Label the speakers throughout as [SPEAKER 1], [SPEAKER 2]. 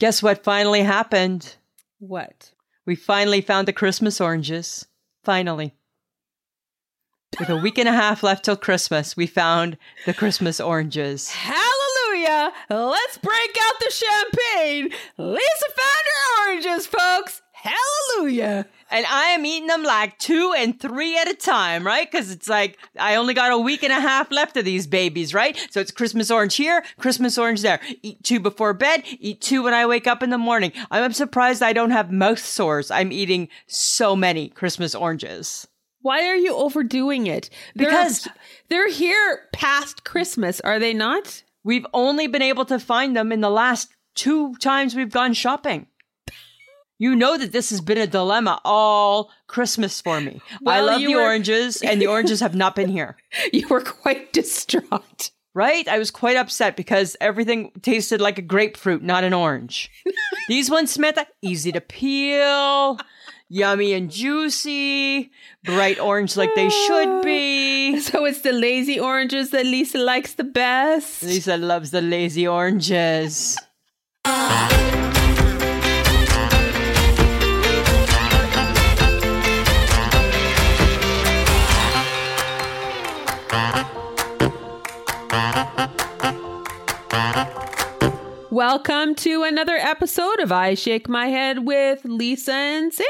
[SPEAKER 1] Guess what finally happened? What? We finally found the Christmas oranges. Finally. With a week and a half left till Christmas, we found the Christmas oranges.
[SPEAKER 2] Hallelujah! Let's break out the champagne. Lisa found her oranges, folks. Hallelujah!
[SPEAKER 1] And I am eating them like two and three at a time, right? Because it's like I only got a week and a half left of these babies, right? So it's Christmas orange here, Christmas orange there. Eat two before bed, eat two when I wake up in the morning. I'm surprised I don't have mouth sores. I'm eating so many Christmas oranges.
[SPEAKER 2] Why are you overdoing it? They're-
[SPEAKER 1] Because-
[SPEAKER 2] they're here past Christmas, are they not?
[SPEAKER 1] We've only been able to find them in the last two times we've gone shopping. You know that this has been a dilemma all Christmas for me. I
[SPEAKER 2] Well,
[SPEAKER 1] love
[SPEAKER 2] you
[SPEAKER 1] the
[SPEAKER 2] were-
[SPEAKER 1] oranges, and the oranges have not been here.
[SPEAKER 2] You were quite distraught.
[SPEAKER 1] Right? I was quite upset because everything tasted like a grapefruit, not an orange. These ones, Samantha, easy to peel, yummy and juicy, bright orange like they should be.
[SPEAKER 2] So it's the lazy oranges that Lisa likes the best.
[SPEAKER 1] Lisa loves the lazy oranges.
[SPEAKER 2] Welcome to another episode of I Shake My Head with Lisa and Sam.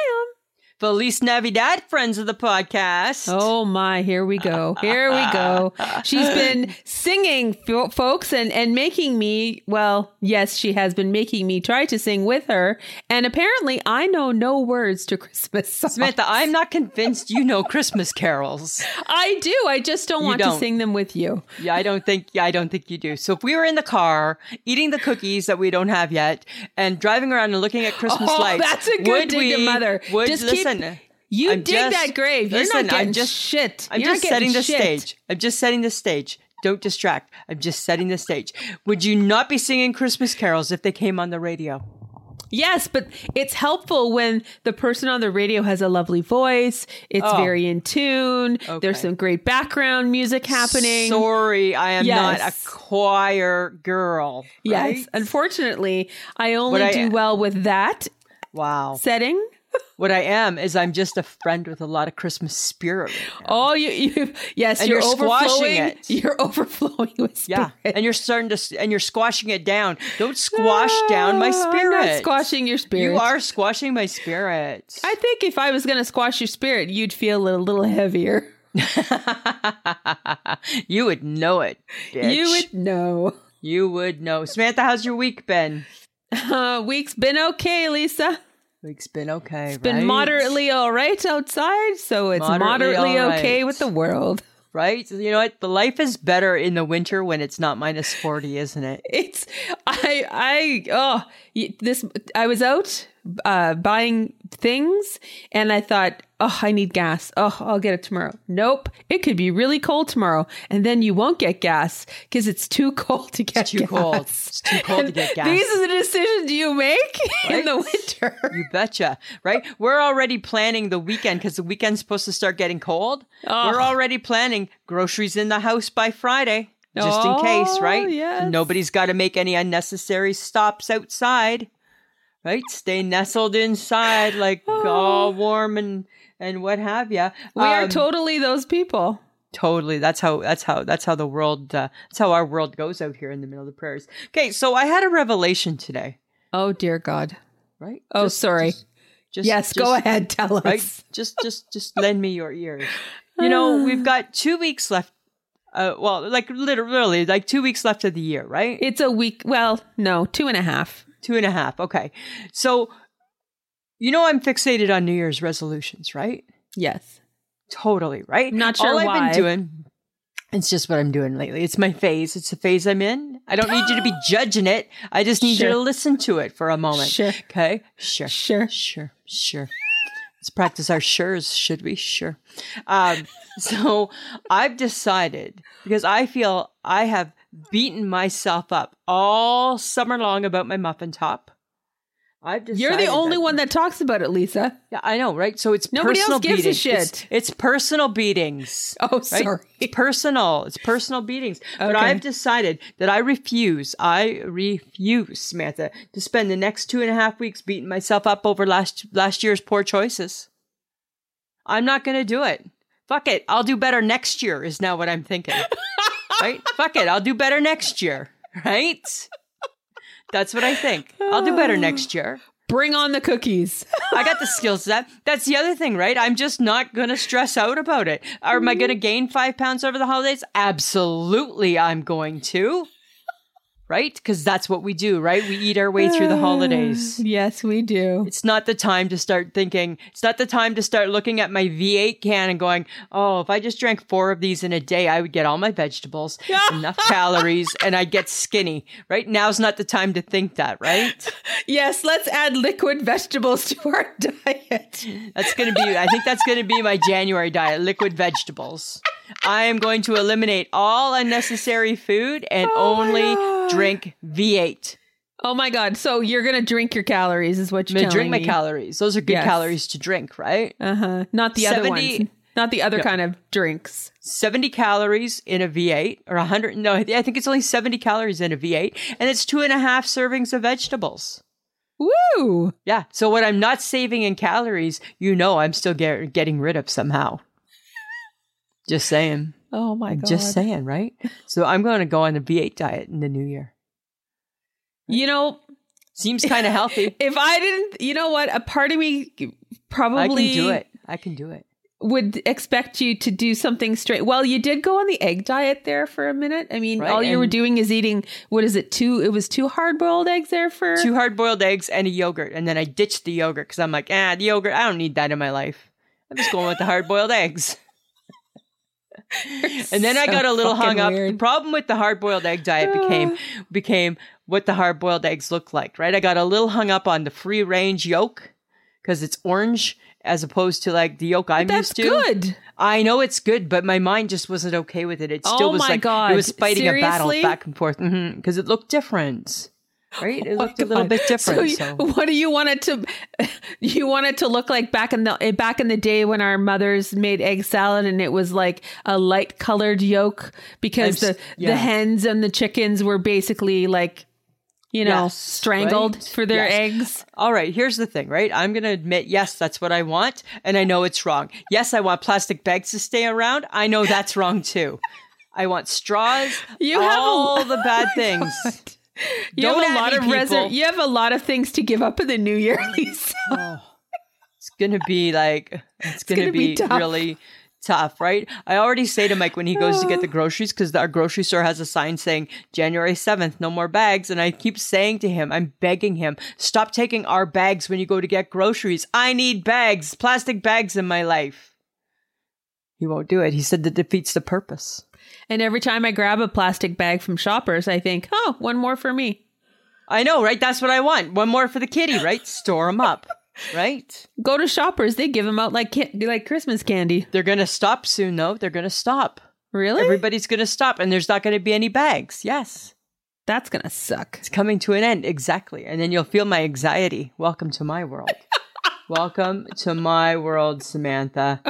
[SPEAKER 1] Feliz Navidad, friends of the podcast.
[SPEAKER 2] Oh my, here we go. Here we go. She's been singing, fo- folks, and, and making me, well, yes, she has been making me try to sing with her. And apparently, I know no words to Christmas songs.
[SPEAKER 1] Samantha, I'm not convinced you know Christmas carols.
[SPEAKER 2] I do. I just don't
[SPEAKER 1] You
[SPEAKER 2] want
[SPEAKER 1] don't.
[SPEAKER 2] to sing them with you.
[SPEAKER 1] Yeah, I don't think yeah, I don't think you do. So if we were in the car eating the cookies that we don't have yet and driving around and looking at Christmas
[SPEAKER 2] Oh,
[SPEAKER 1] lights,
[SPEAKER 2] that's a good
[SPEAKER 1] would
[SPEAKER 2] dig
[SPEAKER 1] we,
[SPEAKER 2] to mother.
[SPEAKER 1] Would
[SPEAKER 2] Just keep-
[SPEAKER 1] listen?
[SPEAKER 2] You
[SPEAKER 1] I'm
[SPEAKER 2] dig
[SPEAKER 1] just-
[SPEAKER 2] that grave. You're
[SPEAKER 1] listen,
[SPEAKER 2] not getting
[SPEAKER 1] I'm just,
[SPEAKER 2] shit.
[SPEAKER 1] I'm
[SPEAKER 2] You're not
[SPEAKER 1] just
[SPEAKER 2] getting
[SPEAKER 1] setting the
[SPEAKER 2] shit.
[SPEAKER 1] stage. I'm just setting the stage. Don't distract. I'm just setting the stage. Would you not be singing Christmas carols if they came on the radio?
[SPEAKER 2] Yes, but it's helpful when the person on the radio has a lovely voice. It's
[SPEAKER 1] Oh.
[SPEAKER 2] very in tune.
[SPEAKER 1] Okay.
[SPEAKER 2] There's some great background music happening.
[SPEAKER 1] Sorry, I am not a
[SPEAKER 2] Yes.
[SPEAKER 1] choir girl.
[SPEAKER 2] yes.
[SPEAKER 1] right?
[SPEAKER 2] Unfortunately, I only
[SPEAKER 1] What I-
[SPEAKER 2] do well with that
[SPEAKER 1] Wow.
[SPEAKER 2] setting.
[SPEAKER 1] What I am is I'm just a friend with a lot of Christmas spirit. right now.
[SPEAKER 2] Oh, you, you yes,
[SPEAKER 1] And
[SPEAKER 2] you're,
[SPEAKER 1] you're squashing
[SPEAKER 2] overflowing.
[SPEAKER 1] it.
[SPEAKER 2] You're overflowing with
[SPEAKER 1] Yeah,
[SPEAKER 2] spirit.
[SPEAKER 1] and you're starting to s- and you're squashing it down. Don't squash down my
[SPEAKER 2] No, Ah, I'm not
[SPEAKER 1] spirit.
[SPEAKER 2] squashing your spirit.
[SPEAKER 1] You are squashing my spirit.
[SPEAKER 2] I think if I was going to squash your spirit, you'd feel a little heavier.
[SPEAKER 1] you would know it. Bitch.
[SPEAKER 2] You would know.
[SPEAKER 1] You would know. Samantha, how's your week been?
[SPEAKER 2] Uh, week's been okay, Lisa.
[SPEAKER 1] Week's been okay. It's
[SPEAKER 2] Been moderately all right outside, so it's
[SPEAKER 1] Moderately
[SPEAKER 2] moderately,
[SPEAKER 1] all right.
[SPEAKER 2] okay with the world.
[SPEAKER 1] right. You know what? The life is better in the winter when it's not minus forty, isn't it?
[SPEAKER 2] It's I I oh y- this I was out uh buying things and I thought, "Oh, I need gas. Oh, I'll get it tomorrow." Nope. It could be really cold tomorrow and then you won't get gas cuz it's too cold to get
[SPEAKER 1] too
[SPEAKER 2] gas.
[SPEAKER 1] cold. It's too cold to
[SPEAKER 2] And
[SPEAKER 1] get gas.
[SPEAKER 2] These are the decisions you make in the
[SPEAKER 1] Right?
[SPEAKER 2] winter.
[SPEAKER 1] You betcha, right? We're already planning the weekend because the weekend's supposed to start getting cold. We're already planning groceries in the house by Friday, just in case,
[SPEAKER 2] Oh,
[SPEAKER 1] right?
[SPEAKER 2] yes.
[SPEAKER 1] Nobody's got to make any unnecessary stops outside, right? Stay nestled inside, like all warm and and what have you.
[SPEAKER 2] Oh. We
[SPEAKER 1] um,
[SPEAKER 2] are totally those people.
[SPEAKER 1] Totally. That's how. That's how. That's how the world. Uh, that's how our world goes out here in the middle of the prairies. Okay, so I had a revelation today,
[SPEAKER 2] Oh dear God.
[SPEAKER 1] right?
[SPEAKER 2] Oh,
[SPEAKER 1] Just-
[SPEAKER 2] sorry.
[SPEAKER 1] just- just-
[SPEAKER 2] yes, go
[SPEAKER 1] just-
[SPEAKER 2] ahead. Tell us.
[SPEAKER 1] right? just just just lend me your ears. You know, we've got two weeks left. Uh, well, like literally, like two weeks left of the year, right?
[SPEAKER 2] It's a week. Well, no, two and a half.
[SPEAKER 1] two and a half. Okay, so you know I'm fixated on New Year's resolutions, right?
[SPEAKER 2] Yes.
[SPEAKER 1] Totally, right?
[SPEAKER 2] I'm not sure
[SPEAKER 1] All
[SPEAKER 2] why.
[SPEAKER 1] I've been doing It's just what I'm doing lately. It's my phase. It's the phase I'm in. I don't need you to be judging it. I just need
[SPEAKER 2] Sure.
[SPEAKER 1] you to listen to it for a moment.
[SPEAKER 2] Sure.
[SPEAKER 1] Okay. Sure.
[SPEAKER 2] Sure.
[SPEAKER 1] Sure. Sure. Let's practice our sures, should we? Sure. Um, so I've decided because I feel I have beaten myself up all summer long about my muffin top. I've decided
[SPEAKER 2] You're the only
[SPEAKER 1] that-
[SPEAKER 2] one that talks about it, Lisa.
[SPEAKER 1] Yeah, I know, right? So it's
[SPEAKER 2] Nobody else
[SPEAKER 1] personal
[SPEAKER 2] gives a
[SPEAKER 1] beatings.
[SPEAKER 2] shit.
[SPEAKER 1] It's, it's personal beatings.
[SPEAKER 2] Oh,
[SPEAKER 1] Right?
[SPEAKER 2] sorry.
[SPEAKER 1] It's personal. It's personal beatings. But
[SPEAKER 2] Okay.
[SPEAKER 1] I've decided that I refuse. I refuse, Samantha, to spend the next two and a half weeks beating myself up over last last year's poor choices. I'm not going to do it. Fuck it. I'll do better next year. Is now what I'm thinking. right? Fuck it. I'll do better next year. Right? That's what I think. I'll do better next year.
[SPEAKER 2] Bring on the cookies.
[SPEAKER 1] I got the skill set. That's the other thing, right? I'm just not going to stress out about it. Or am I going to gain five pounds over the holidays? Absolutely, I'm going to. Right? Because that's what we do, right? We eat our way through the holidays.
[SPEAKER 2] yes, we do.
[SPEAKER 1] It's not the time to start thinking. It's not the time to start looking at my V8 can and going, oh, if I just drank four of these in a day, I would get all my vegetables, enough calories, and I'd get skinny. Right? Now's not the time to think that, right?
[SPEAKER 2] Yes, let's add liquid vegetables to our diet.
[SPEAKER 1] That's going to be, I think that's going to be my January diet liquid vegetables. I am going to eliminate all unnecessary food and only drink V8.
[SPEAKER 2] Oh my god! So you're gonna drink your calories, is what
[SPEAKER 1] I'm
[SPEAKER 2] you're
[SPEAKER 1] going to drink
[SPEAKER 2] telling
[SPEAKER 1] my
[SPEAKER 2] me.
[SPEAKER 1] calories. Those are good
[SPEAKER 2] Yes.
[SPEAKER 1] calories to drink, right?
[SPEAKER 2] Uh huh. Not the other
[SPEAKER 1] 70
[SPEAKER 2] ones. Not the other kind of drinks.
[SPEAKER 1] 70 calories in a V8 or 100. No, I think it's only 70 calories in a V8, and it's two and a half servings of vegetables.
[SPEAKER 2] Woo!
[SPEAKER 1] Yeah. So what I'm not saving in calories, you know, I'm still get, getting rid of somehow. Just saying.
[SPEAKER 2] Oh my god!
[SPEAKER 1] Just saying, right? So I'm going to go on a V8 diet in the new year.
[SPEAKER 2] You know,
[SPEAKER 1] Seems kind of healthy.
[SPEAKER 2] if I didn't, you know what? A part of me
[SPEAKER 1] I
[SPEAKER 2] probably
[SPEAKER 1] can do it. I can do it.
[SPEAKER 2] would expect you to do something straight. Well, you did go on the egg diet there for a minute. I mean,
[SPEAKER 1] Right,
[SPEAKER 2] all you were
[SPEAKER 1] and-
[SPEAKER 2] doing is eating. What is it? Two? It was two hard boiled eggs there for.
[SPEAKER 1] Two hard boiled eggs and a yogurt. And then I ditched the yogurt because I'm like, ah, the yogurt, I don't need that in my life. I'm just going with the hard boiled eggs. And then I
[SPEAKER 2] So
[SPEAKER 1] got a little hung
[SPEAKER 2] fucking
[SPEAKER 1] up. The
[SPEAKER 2] weird.
[SPEAKER 1] problem with the hard boiled egg diet became became what the hard boiled eggs look like, right? I got a little hung up on the free range yolk because it's orange as opposed to like the yolk I'm used
[SPEAKER 2] That's
[SPEAKER 1] to.
[SPEAKER 2] good.
[SPEAKER 1] I know it's good, but my mind just wasn't okay with it. It still
[SPEAKER 2] Oh
[SPEAKER 1] was
[SPEAKER 2] my
[SPEAKER 1] like
[SPEAKER 2] God.
[SPEAKER 1] it was fighting a battle
[SPEAKER 2] Seriously?
[SPEAKER 1] back and forth because it looked different, right? It looked a little
[SPEAKER 2] Oh God.
[SPEAKER 1] bit different.
[SPEAKER 2] you-
[SPEAKER 1] So,
[SPEAKER 2] what do you want it to? You want it to look like back in the eh, back in the day when our mothers made egg salad and it was like a light colored yolk because
[SPEAKER 1] I'm
[SPEAKER 2] the
[SPEAKER 1] s- yeah.
[SPEAKER 2] the hens and the chickens were basically like, you know,
[SPEAKER 1] Yes,
[SPEAKER 2] strangled
[SPEAKER 1] right?
[SPEAKER 2] for their
[SPEAKER 1] Yes.
[SPEAKER 2] eggs.
[SPEAKER 1] all right, here's the thing, right? I'm gonna admit, yes, that's what I want, and I know it's wrong. Yes, I want plastic bags to stay around. I know that's wrong too. I want straws.
[SPEAKER 2] You have a- Oh
[SPEAKER 1] all the bad things.
[SPEAKER 2] You
[SPEAKER 1] Don't
[SPEAKER 2] have a
[SPEAKER 1] at
[SPEAKER 2] lot
[SPEAKER 1] me,
[SPEAKER 2] of reser-
[SPEAKER 1] people.
[SPEAKER 2] You have a lot of things to give up in the new year, Lisa.
[SPEAKER 1] It's gonna be like it's, gonna,
[SPEAKER 2] gonna be
[SPEAKER 1] be,
[SPEAKER 2] tough.
[SPEAKER 1] really tough, right? I already say to Mike when he goes to get the groceries because our grocery store has a sign saying January seventh, no more bags, and I keep saying to him, I'm begging him, stop taking our bags when you go to get groceries. I need bags, plastic bags in my life. He won't do it. He said that defeats the purpose.
[SPEAKER 2] And every time I grab a plastic bag from Shoppers, I think, oh, one more for me.
[SPEAKER 1] I know, right? That's what I want. One more for the kitty, right? Store them up, right?
[SPEAKER 2] Go to Shoppers; they give them out like ca- like Christmas candy.
[SPEAKER 1] They're gonna stop soon, though. They're gonna stop.
[SPEAKER 2] Really?
[SPEAKER 1] Everybody's going to stop and there's not going to be any bags. Yes.
[SPEAKER 2] That's gonna suck.
[SPEAKER 1] It's coming to an end. Exactly. And then you'll feel my anxiety. Welcome to my world. Welcome to my world, Samantha.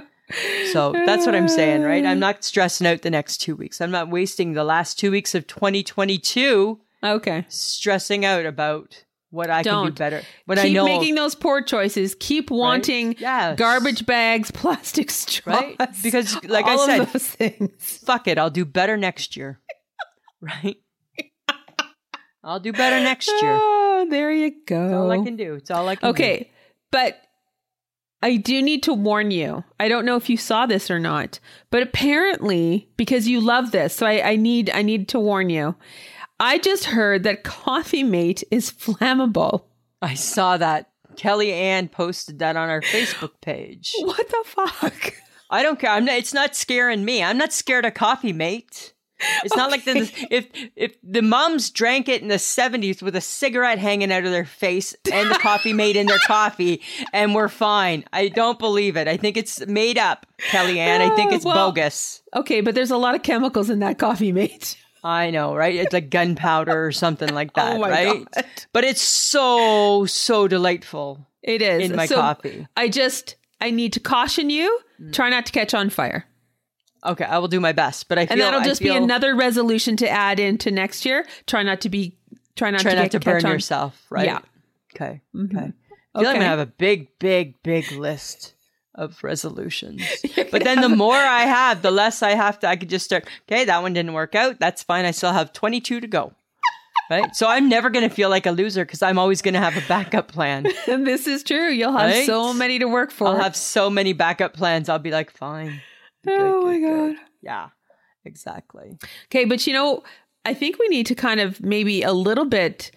[SPEAKER 1] So that's what I'm saying, right? I'm not stressing out the next two weeks. I'm not wasting the last two weeks of 2022
[SPEAKER 2] Okay.
[SPEAKER 1] stressing out about what I can
[SPEAKER 2] Don't.
[SPEAKER 1] do better. What
[SPEAKER 2] Keep
[SPEAKER 1] I know.
[SPEAKER 2] making those poor choices. Keep wanting
[SPEAKER 1] Yes.
[SPEAKER 2] garbage bags, plastic straws,
[SPEAKER 1] Right? Because, like I
[SPEAKER 2] all
[SPEAKER 1] said-
[SPEAKER 2] of those things.
[SPEAKER 1] fuck it, I'll do better next year. Right? I'll do better next year.
[SPEAKER 2] Oh, there you go.
[SPEAKER 1] It's all I can do. It's all I can do.
[SPEAKER 2] Okay, but I do need to warn you. I don't know if you saw this or not, but apparently, because you love this, so I, I need I need to warn you. I just heard that Coffee Mate is flammable.
[SPEAKER 1] I saw that. Kelly Ann posted that on our Facebook page.
[SPEAKER 2] What the fuck?
[SPEAKER 1] I don't care. I'm not, it's not scaring me. I'm not scared of coffee, mate. It's not like the if if the moms drank it in the 70s with a cigarette hanging out of their face and the coffee made in their coffee and we're fine. I don't believe it. I think it's made up, Kellyanne. I think it's
[SPEAKER 2] Uh, Well-
[SPEAKER 1] bogus.
[SPEAKER 2] Okay, but there's a lot of chemicals in that coffee, mate.
[SPEAKER 1] I know, right? It's like gunpowder or something like that,
[SPEAKER 2] Oh my
[SPEAKER 1] right?
[SPEAKER 2] God.
[SPEAKER 1] But it's so so delightful.
[SPEAKER 2] It is
[SPEAKER 1] In my coffee. Mm.
[SPEAKER 2] I just I need to caution you. Try not to catch on fire,
[SPEAKER 1] Okay, I will do my best, but I feel
[SPEAKER 2] and that'll
[SPEAKER 1] I
[SPEAKER 2] just
[SPEAKER 1] feel-
[SPEAKER 2] be another resolution to add into next year. Try not to be. Try not
[SPEAKER 1] try
[SPEAKER 2] to
[SPEAKER 1] not
[SPEAKER 2] get,
[SPEAKER 1] to
[SPEAKER 2] catch
[SPEAKER 1] burn
[SPEAKER 2] on- Mm-hmm.
[SPEAKER 1] yourself, right?
[SPEAKER 2] Yeah.
[SPEAKER 1] Okay. Okay. I feel like I'm
[SPEAKER 2] Okay.
[SPEAKER 1] gonna have a big, big, big list of resolutions. but then the more I have, the less I have to. I could just start. Okay, that one didn't work out. That's fine. I still have 22 to go. Right. So I'm never gonna feel like a loser because I'm always gonna have a backup plan.
[SPEAKER 2] And this is true. You'll have
[SPEAKER 1] Right?
[SPEAKER 2] so many to work for.
[SPEAKER 1] I'll have so many backup plans. I'll be like, fine.
[SPEAKER 2] oh my
[SPEAKER 1] good,
[SPEAKER 2] god.
[SPEAKER 1] good. Yeah. Exactly.
[SPEAKER 2] Okay, but you know, I think we need to kind of maybe a little bit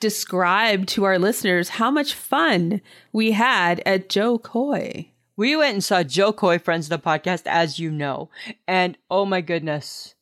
[SPEAKER 2] describe to our listeners how much fun we had at Joe Coy.
[SPEAKER 1] We went and saw Joe Coy, Friends of the Podcast, as you know. And oh my goodness,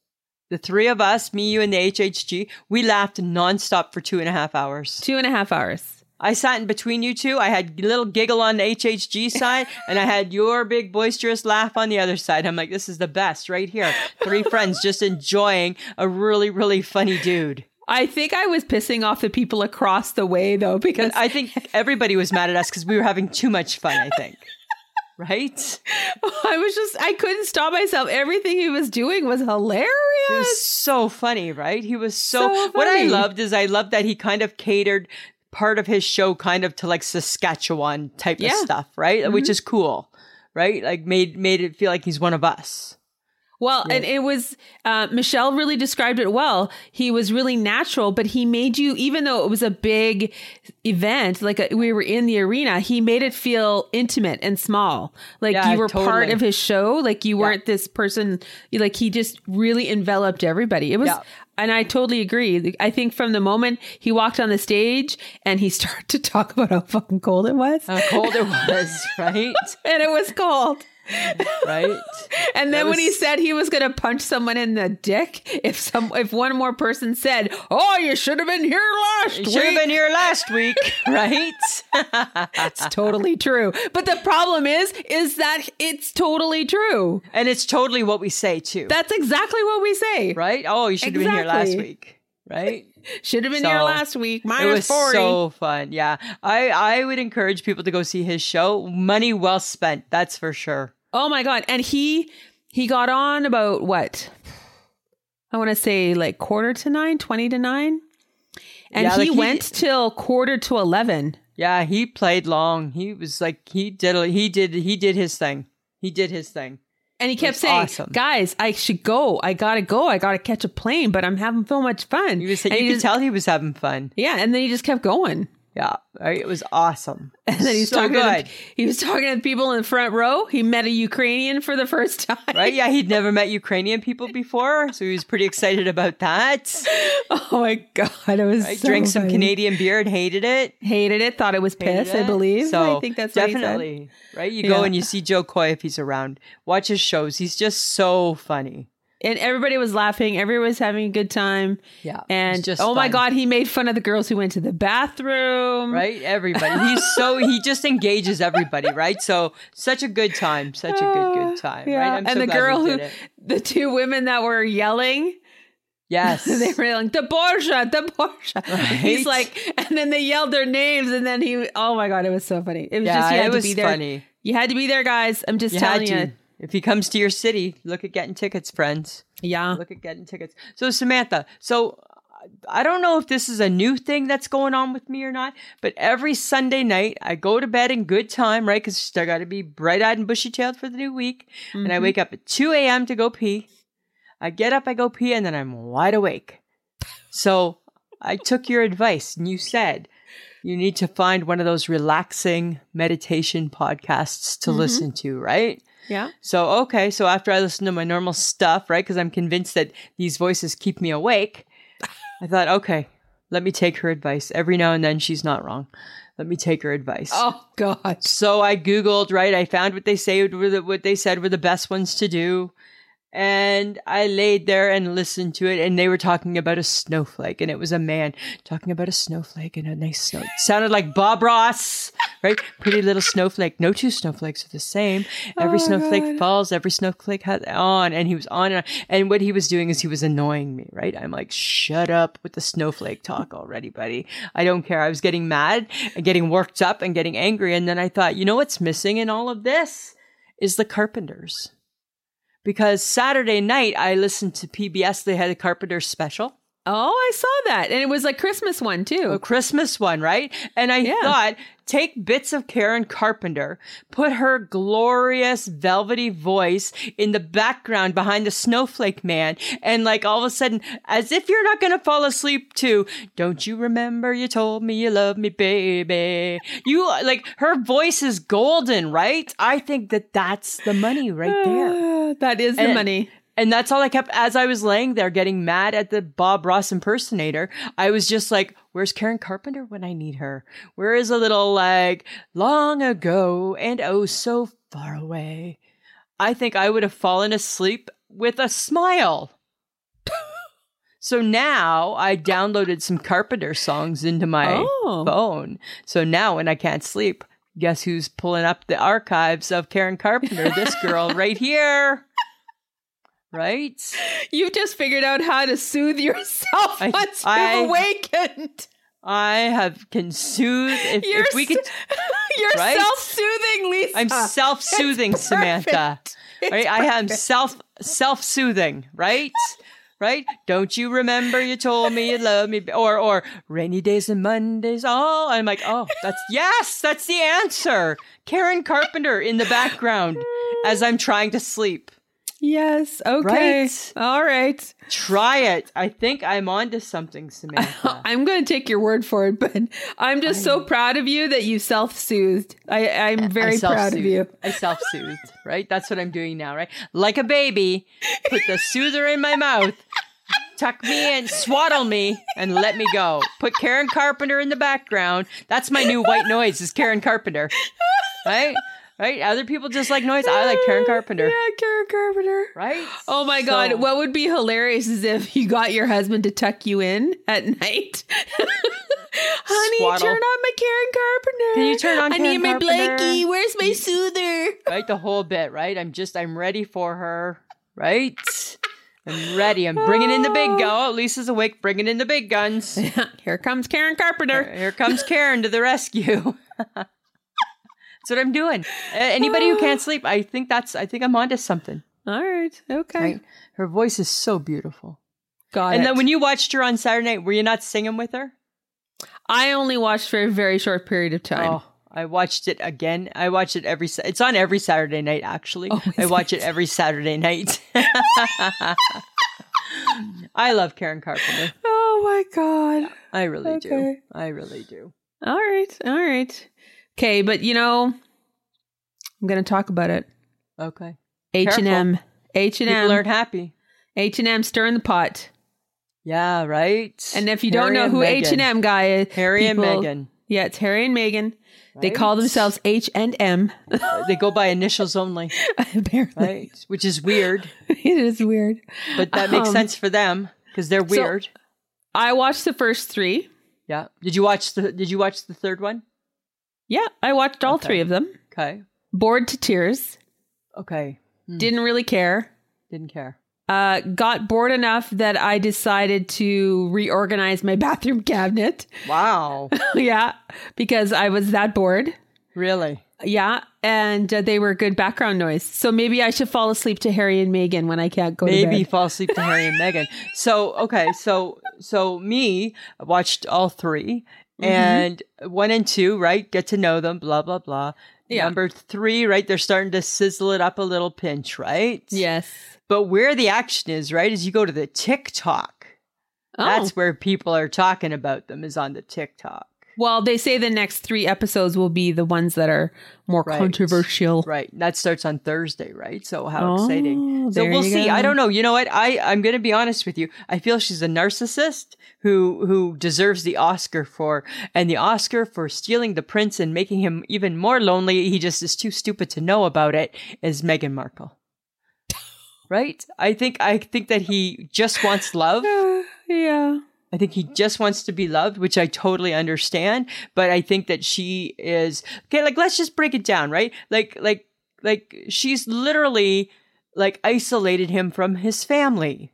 [SPEAKER 1] the three of us, me, you, and the HHG, we laughed nonstop for two and a half hours.
[SPEAKER 2] Two and a half hours.
[SPEAKER 1] I sat in between you two. I had a little giggle on the HHG side, and I had your big boisterous laugh on the other side. I'm like, this is the best right here. Three friends just enjoying a really, really funny dude.
[SPEAKER 2] I think I was pissing off the people across the way though, because
[SPEAKER 1] I think everybody was mad at us because we were having too much fun, I think. Right?
[SPEAKER 2] I was just I couldn't stop myself. Everything he was doing was
[SPEAKER 1] He
[SPEAKER 2] hilarious.
[SPEAKER 1] was so funny, right? He was so,
[SPEAKER 2] So
[SPEAKER 1] what I
[SPEAKER 2] funny.
[SPEAKER 1] loved is I loved that he kind of catered part of his show kind of to like Saskatchewan type of
[SPEAKER 2] Yeah.
[SPEAKER 1] stuff, right? Which is cool, right? Like made made it feel like he's one of us.
[SPEAKER 2] Well, and it was uh, Michelle really described it well. He was really natural, but he made you, even though it was a big event, like a, we were in the arena, he made it feel intimate and small. Like
[SPEAKER 1] Yeah,
[SPEAKER 2] you were part
[SPEAKER 1] totally.
[SPEAKER 2] of his show. Like you weren't this person. you- Like he just really enveloped everybody. It was.
[SPEAKER 1] Yeah.
[SPEAKER 2] And I totally agree. I think from the moment he walked on the stage and he started to talk about how fucking cold it was,
[SPEAKER 1] How cold it was, right?
[SPEAKER 2] and it was cold.
[SPEAKER 1] Right?
[SPEAKER 2] And then
[SPEAKER 1] That
[SPEAKER 2] when he
[SPEAKER 1] was-
[SPEAKER 2] said he was going to punch someone in the dick, if some if one more person said, "Oh, you should have been here last
[SPEAKER 1] You
[SPEAKER 2] week,"
[SPEAKER 1] should have been here last week, right?
[SPEAKER 2] it's totally true. But the problem is, is that it's totally true.
[SPEAKER 1] and it's totally what we say too,
[SPEAKER 2] That's exactly what we say.
[SPEAKER 1] right? Oh, you should have been here last
[SPEAKER 2] Exactly.
[SPEAKER 1] week, right?
[SPEAKER 2] Should have been
[SPEAKER 1] So,
[SPEAKER 2] here last week.
[SPEAKER 1] it was
[SPEAKER 2] Minus forty.
[SPEAKER 1] so fun. Yeah, I I would encourage people to go see his show. Money well spent, that's for sure.
[SPEAKER 2] oh my god! And he he got on about what? I want to say like quarter to nine, 20 to nine, and
[SPEAKER 1] Yeah,
[SPEAKER 2] he
[SPEAKER 1] like he-
[SPEAKER 2] went till quarter to eleven.
[SPEAKER 1] Yeah, he played long. He was like he did he did he did his thing. He did his thing.
[SPEAKER 2] And he kept
[SPEAKER 1] was
[SPEAKER 2] saying,
[SPEAKER 1] awesome.
[SPEAKER 2] "Guys, I should go. I gotta go. I gotta catch a plane, but I'm having so much fun."
[SPEAKER 1] He was
[SPEAKER 2] and
[SPEAKER 1] you
[SPEAKER 2] he
[SPEAKER 1] could
[SPEAKER 2] just-
[SPEAKER 1] tell he was having fun.
[SPEAKER 2] yeah. And then he just kept going.
[SPEAKER 1] Yeah, right? it was awesome.
[SPEAKER 2] And then he's
[SPEAKER 1] so
[SPEAKER 2] talking. To
[SPEAKER 1] good.
[SPEAKER 2] the, he was talking to the people in the front row. He met a Ukrainian for the first time.
[SPEAKER 1] Right? Yeah, he'd never met Ukrainian people before, so he was pretty excited about that.
[SPEAKER 2] Oh my god, it was.
[SPEAKER 1] Right?
[SPEAKER 2] so
[SPEAKER 1] Drank some
[SPEAKER 2] funny.
[SPEAKER 1] Canadian beer and hated it.
[SPEAKER 2] Hated it. Thought it was
[SPEAKER 1] hated
[SPEAKER 2] piss. I
[SPEAKER 1] it.
[SPEAKER 2] believe.
[SPEAKER 1] So
[SPEAKER 2] I think that's what he said.
[SPEAKER 1] definitely right. You go
[SPEAKER 2] Yeah.
[SPEAKER 1] and you see Joe Coy if he's around. Watch his shows. He's just so funny.
[SPEAKER 2] And everybody was laughing. Everyone was having a good time.
[SPEAKER 1] Yeah, it was
[SPEAKER 2] And
[SPEAKER 1] just
[SPEAKER 2] oh my
[SPEAKER 1] fun.
[SPEAKER 2] god, he made fun of the girls who went to the bathroom.
[SPEAKER 1] Right, everybody. He's so he just engages everybody. Right, so such a good time. Such a good good time. Right, I'm
[SPEAKER 2] Uh, and
[SPEAKER 1] so
[SPEAKER 2] the
[SPEAKER 1] glad we
[SPEAKER 2] girl who,
[SPEAKER 1] did it.
[SPEAKER 2] the two women that were yelling,
[SPEAKER 1] yes,
[SPEAKER 2] they were yelling, "The Borgia, the Borgia." He's
[SPEAKER 1] Right.
[SPEAKER 2] like, and then they yelled their names, and then he, oh my god, it was so funny. It was just you
[SPEAKER 1] yeah,
[SPEAKER 2] had
[SPEAKER 1] it
[SPEAKER 2] to
[SPEAKER 1] was
[SPEAKER 2] be there.
[SPEAKER 1] funny.
[SPEAKER 2] You had to be there, guys. I'm just
[SPEAKER 1] You had
[SPEAKER 2] telling
[SPEAKER 1] to.
[SPEAKER 2] you.
[SPEAKER 1] If he comes to your city, look at getting tickets, friends.
[SPEAKER 2] Yeah.
[SPEAKER 1] Look at getting tickets. So Samantha, so uh, I don't know if this is a new thing that's going on with me or not, but every Sunday night I go to bed in good time, right? Because I got to be bright eyed and bushy tailed for the new week, and I wake up at two a.m. to go pee. I get up, I go pee, and then I'm wide awake. So I took your advice, and you said you need to find one of those relaxing meditation podcasts to listen to, right?
[SPEAKER 2] Yeah.
[SPEAKER 1] So, okay. So after I listen to my normal stuff, right? Because I'm convinced that these voices keep me awake. I thought, okay, Let me take her advice. Every now and then she's not wrong. Let me take her advice.
[SPEAKER 2] Oh God.
[SPEAKER 1] So I googled, right? I found what they say were the, what they said were the best ones to do. And I laid there and listened to it and they were talking about a snowflake and it was a man talking about a snowflake and a nice snow. It sounded like Bob Ross, right? Pretty little snowflake. No two snowflakes are the same. Every snowflake falls, every snowflake has on and he was on and on. And what he was doing is he was annoying me, right? I'm like, shut up with the snowflake talk already, buddy. I don't care. I was getting mad and getting worked up and getting angry. And then I thought, you know what's missing in all of this is the carpenters because Saturday night I listened to PBS. They had a Carpenter special,
[SPEAKER 2] Oh, I saw that, and it was like Christmas one
[SPEAKER 1] a
[SPEAKER 2] too.
[SPEAKER 1] Christmas one, right? And I thought, take bits of Karen Carpenter, put her glorious velvety voice in the background behind the snowflake man, and like all of a sudden, as if you're not going to fall asleep to, don't you remember you told me you love me, baby? You like her voice is golden, right? I think that that's the money right there.
[SPEAKER 2] Ah, that is the
[SPEAKER 1] Oh, And-
[SPEAKER 2] money.
[SPEAKER 1] And that's all I kept as I was laying there getting mad at the Bob Ross impersonator. I was just like, where's Karen Carpenter when I need her? Where is a little like long ago and oh so far away? I think I would have fallen asleep with a smile. so now I downloaded some Carpenter songs into my
[SPEAKER 2] Oh.
[SPEAKER 1] phone. So now when I can't sleep, guess who's pulling up the archives of Karen Carpenter? This girl right here. Right?
[SPEAKER 2] You've just figured out how to soothe yourself
[SPEAKER 1] Oh, I-
[SPEAKER 2] once
[SPEAKER 1] I-
[SPEAKER 2] you've awakened.
[SPEAKER 1] I have can soothe if,
[SPEAKER 2] You're,
[SPEAKER 1] if we could
[SPEAKER 2] you're
[SPEAKER 1] Right?
[SPEAKER 2] self-soothing, Lisa.
[SPEAKER 1] I'm self-soothing, Samantha. Right? I am self self-soothing, right? right? Don't you remember you told me you love me or or rainy days and Mondays all I'm like, "Oh, that's yes, that's the answer." Karen Carpenter in the background as I'm trying to sleep.
[SPEAKER 2] Yes. Okay.
[SPEAKER 1] Right?
[SPEAKER 2] All right.
[SPEAKER 1] Try it. I think I'm onto something, Samantha.
[SPEAKER 2] I'm going to take your word for it, but I'm just so proud of you that you self-soothed. I, I'm very
[SPEAKER 1] I
[SPEAKER 2] proud of
[SPEAKER 1] self-soothe.
[SPEAKER 2] you.
[SPEAKER 1] I self-soothed, right? That's what I'm doing now, right? Like a baby, put the soother in my mouth, tuck me in, swaddle me, and let me go. Put Karen Carpenter in the background. That's my new white noise is Karen Carpenter, right? Right? Other people just like noise. I like Karen Carpenter,
[SPEAKER 2] Yeah, Karen Carpenter.
[SPEAKER 1] right?
[SPEAKER 2] Oh my
[SPEAKER 1] So-
[SPEAKER 2] God. What would be hilarious is if you got your husband to tuck you in at night. Honey,
[SPEAKER 1] Swaddle.
[SPEAKER 2] turn on my Karen Carpenter.
[SPEAKER 1] Can you turn on
[SPEAKER 2] I
[SPEAKER 1] Karen
[SPEAKER 2] need my
[SPEAKER 1] Carpenter?
[SPEAKER 2] blankie. Where's my soother?
[SPEAKER 1] right? The whole bit, right? I'm just, I'm ready for her, right? I'm ready. I'm bringing in the big gun. Oh, Lisa's awake, bringing in the big guns.
[SPEAKER 2] Here comes Karen
[SPEAKER 1] Here-
[SPEAKER 2] Carpenter.
[SPEAKER 1] Here comes Karen to the rescue. that's what I'm doing. A- Anybody who can't sleep, I think that's. I think I'm onto something.
[SPEAKER 2] All right. Okay.
[SPEAKER 1] Right? Her voice is so beautiful.
[SPEAKER 2] Got
[SPEAKER 1] And
[SPEAKER 2] it.
[SPEAKER 1] then when you watched her on Saturday night, were you not singing with her?
[SPEAKER 2] I only watched for a very short period of time.
[SPEAKER 1] Oh, I watched it again. I watched it every. Sa- It's on every Saturday night. Actually,
[SPEAKER 2] Oh, is
[SPEAKER 1] I watch it every Saturday night. I love Karen Carpenter.
[SPEAKER 2] Oh my god.
[SPEAKER 1] I really do.
[SPEAKER 2] Okay.
[SPEAKER 1] I really do.
[SPEAKER 2] All right. All right. Okay, but you know I'm going to talk about it.
[SPEAKER 1] Okay.
[SPEAKER 2] H&M.
[SPEAKER 1] People aren't
[SPEAKER 2] H&M.
[SPEAKER 1] happy.
[SPEAKER 2] H&M stir in the pot.
[SPEAKER 1] Yeah, right.
[SPEAKER 2] And if you
[SPEAKER 1] Harry
[SPEAKER 2] don't know
[SPEAKER 1] and
[SPEAKER 2] who
[SPEAKER 1] Meghan.
[SPEAKER 2] H&M guy is,
[SPEAKER 1] Harry and
[SPEAKER 2] people-
[SPEAKER 1] Meghan.
[SPEAKER 2] Yeah, it's Harry and Megan. They
[SPEAKER 1] Right.
[SPEAKER 2] call themselves H and M.
[SPEAKER 1] they go by initials only,
[SPEAKER 2] Apparently,
[SPEAKER 1] right? Which is weird,
[SPEAKER 2] it is weird.
[SPEAKER 1] but that makes
[SPEAKER 2] Um,
[SPEAKER 1] sense for them because they're weird.
[SPEAKER 2] I watched the first three.
[SPEAKER 1] yeah. Did you watch the Did you watch the third one?
[SPEAKER 2] Yeah, I watched all
[SPEAKER 1] Okay.
[SPEAKER 2] three of them.
[SPEAKER 1] Okay.
[SPEAKER 2] Bored to tears.
[SPEAKER 1] Okay.
[SPEAKER 2] Didn't really care.
[SPEAKER 1] Didn't care.
[SPEAKER 2] Uh, got bored enough that I decided to reorganize my bathroom cabinet.
[SPEAKER 1] Wow.
[SPEAKER 2] yeah, because I was that bored.
[SPEAKER 1] really?
[SPEAKER 2] Yeah, and uh, they were good background noise. So maybe I should fall asleep to Harry and Megan when I can't go to bed.
[SPEAKER 1] Maybe fall asleep to Harry and Meghan. So okay. So so me watched all 3
[SPEAKER 2] Mm-hmm.
[SPEAKER 1] and one and two. Right. Get to know them. Blah blah blah.
[SPEAKER 2] Yeah.
[SPEAKER 1] Number three, right? They're starting to sizzle it up a little pinch, right?
[SPEAKER 2] Yes.
[SPEAKER 1] But where the action is, right, is you go to the TikTok.
[SPEAKER 2] Oh.
[SPEAKER 1] That's where people are talking about them is on the TikTok.
[SPEAKER 2] Well, they say the next three episodes will be the ones that are more
[SPEAKER 1] Right.
[SPEAKER 2] controversial.
[SPEAKER 1] Right. That starts on Thursday, right? So how exciting. So
[SPEAKER 2] Oh, there
[SPEAKER 1] we'll
[SPEAKER 2] you
[SPEAKER 1] see. I
[SPEAKER 2] go.
[SPEAKER 1] don't know. You know what? I, I'm gonna be honest with you. I feel she's a narcissist who who deserves the Oscar for and the Oscar for stealing the prince and making him even more lonely. He just is too stupid to know about it, is Meghan Markle. Right? I think I think that he just wants love.
[SPEAKER 2] Yeah.
[SPEAKER 1] I think he just wants to be loved, which I totally understand. But I think that she is okay. Like, let's just break it down, right? Like, like, like she's literally like isolated him from his family.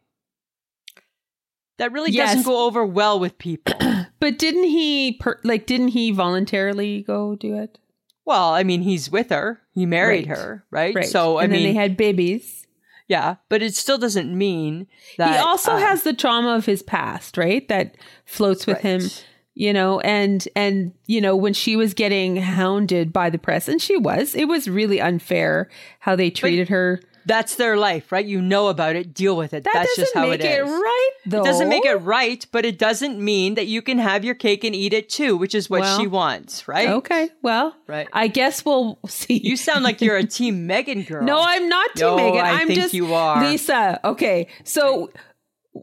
[SPEAKER 1] That really
[SPEAKER 2] Yes.
[SPEAKER 1] doesn't go over well with people.
[SPEAKER 2] But didn't he per- like didn't he voluntarily go do it?
[SPEAKER 1] well, I mean, he's with her. He married
[SPEAKER 2] Right.
[SPEAKER 1] her, right?
[SPEAKER 2] Right.
[SPEAKER 1] So I
[SPEAKER 2] and
[SPEAKER 1] mean,
[SPEAKER 2] then they had babies.
[SPEAKER 1] yeah, but it still doesn't mean that
[SPEAKER 2] he also
[SPEAKER 1] uh,
[SPEAKER 2] has the trauma of his past right that floats with him
[SPEAKER 1] Right.
[SPEAKER 2] you know and and you know when she was getting hounded by the press and she was it was really unfair how they treated her
[SPEAKER 1] That's their life, right? You know about it. Deal with it.
[SPEAKER 2] that
[SPEAKER 1] That's
[SPEAKER 2] doesn't
[SPEAKER 1] just how
[SPEAKER 2] make
[SPEAKER 1] it
[SPEAKER 2] it,
[SPEAKER 1] is.
[SPEAKER 2] right though
[SPEAKER 1] It doesn't make it right, but it doesn't mean that you can have your cake and eat it too, which is what
[SPEAKER 2] Well,
[SPEAKER 1] she wants, right?
[SPEAKER 2] okay well
[SPEAKER 1] Right.
[SPEAKER 2] i guess we'll see
[SPEAKER 1] You sound like you're a team Megan girl.
[SPEAKER 2] no i'm not too
[SPEAKER 1] No,
[SPEAKER 2] megan
[SPEAKER 1] I
[SPEAKER 2] i'm
[SPEAKER 1] think
[SPEAKER 2] just
[SPEAKER 1] you are.
[SPEAKER 2] lisa okay so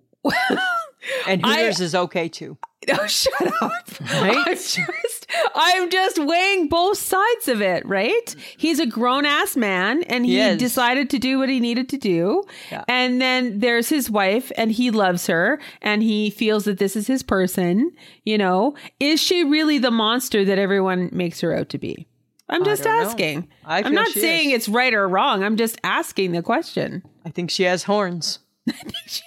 [SPEAKER 1] and
[SPEAKER 2] I-
[SPEAKER 1] Hooters is okay too.
[SPEAKER 2] Oh, shut up.
[SPEAKER 1] Right?
[SPEAKER 2] I'm just I'm just weighing both sides of it, right? He's a grown ass man and he,
[SPEAKER 1] He is.
[SPEAKER 2] decided to do what he needed to do.
[SPEAKER 1] Yeah.
[SPEAKER 2] And then there's his wife and he loves her and he feels that this is his person, you know. Is she really the monster that everyone makes her out to be? I'm just
[SPEAKER 1] don't know.
[SPEAKER 2] asking.
[SPEAKER 1] I
[SPEAKER 2] I'm
[SPEAKER 1] feel
[SPEAKER 2] not
[SPEAKER 1] she
[SPEAKER 2] saying
[SPEAKER 1] is.
[SPEAKER 2] it's right or wrong. I'm just asking the question.
[SPEAKER 1] I think she has horns. I think she,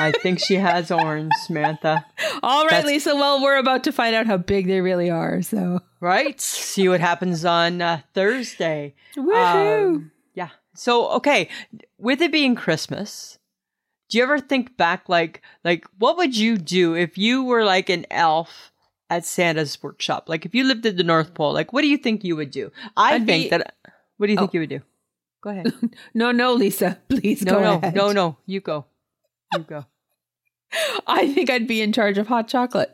[SPEAKER 1] I think she has horns, Samantha.
[SPEAKER 2] All right,
[SPEAKER 1] That's-
[SPEAKER 2] Lisa. Well, we're about to find out how big they really are. So,
[SPEAKER 1] Right? See what happens on uh, Thursday.
[SPEAKER 2] woohoo.
[SPEAKER 1] Um, yeah. So okay, with it being Christmas, do you ever think back like like what would you do if you were like an elf at Santa's workshop? Like if you lived at the North Pole, like what do you think you would do? I
[SPEAKER 2] I'd
[SPEAKER 1] think
[SPEAKER 2] be-
[SPEAKER 1] that what do you think you would do? Go ahead.
[SPEAKER 2] No, no, Lisa, please
[SPEAKER 1] No,
[SPEAKER 2] go
[SPEAKER 1] no,
[SPEAKER 2] ahead.
[SPEAKER 1] no, no. You go. You go.
[SPEAKER 2] I think I'd be in charge of hot chocolate,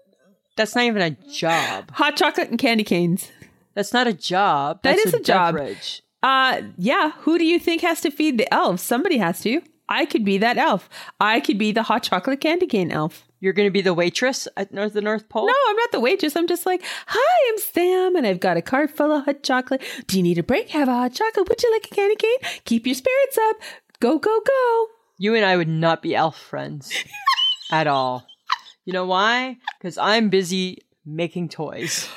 [SPEAKER 1] That's not even a job.
[SPEAKER 2] hot chocolate and candy canes.
[SPEAKER 1] That's not a job.
[SPEAKER 2] That
[SPEAKER 1] That's
[SPEAKER 2] is a job.
[SPEAKER 1] beverage.
[SPEAKER 2] Uh, yeah. Who do you think has to feed the elves? Somebody has to. I could be that elf. I could be the hot chocolate candy cane elf.
[SPEAKER 1] You're going to be the waitress at North the North Pole.
[SPEAKER 2] No, I'm not the waitress. I'm just like, hi, I'm Sam, and I've got a cart full of hot chocolate. Do you need a break? Have a hot chocolate. Would you like a candy cane? Keep your spirits up. Go, go, go.
[SPEAKER 1] You and I would not be elf friends at all. You know why? Because I'm busy making toys.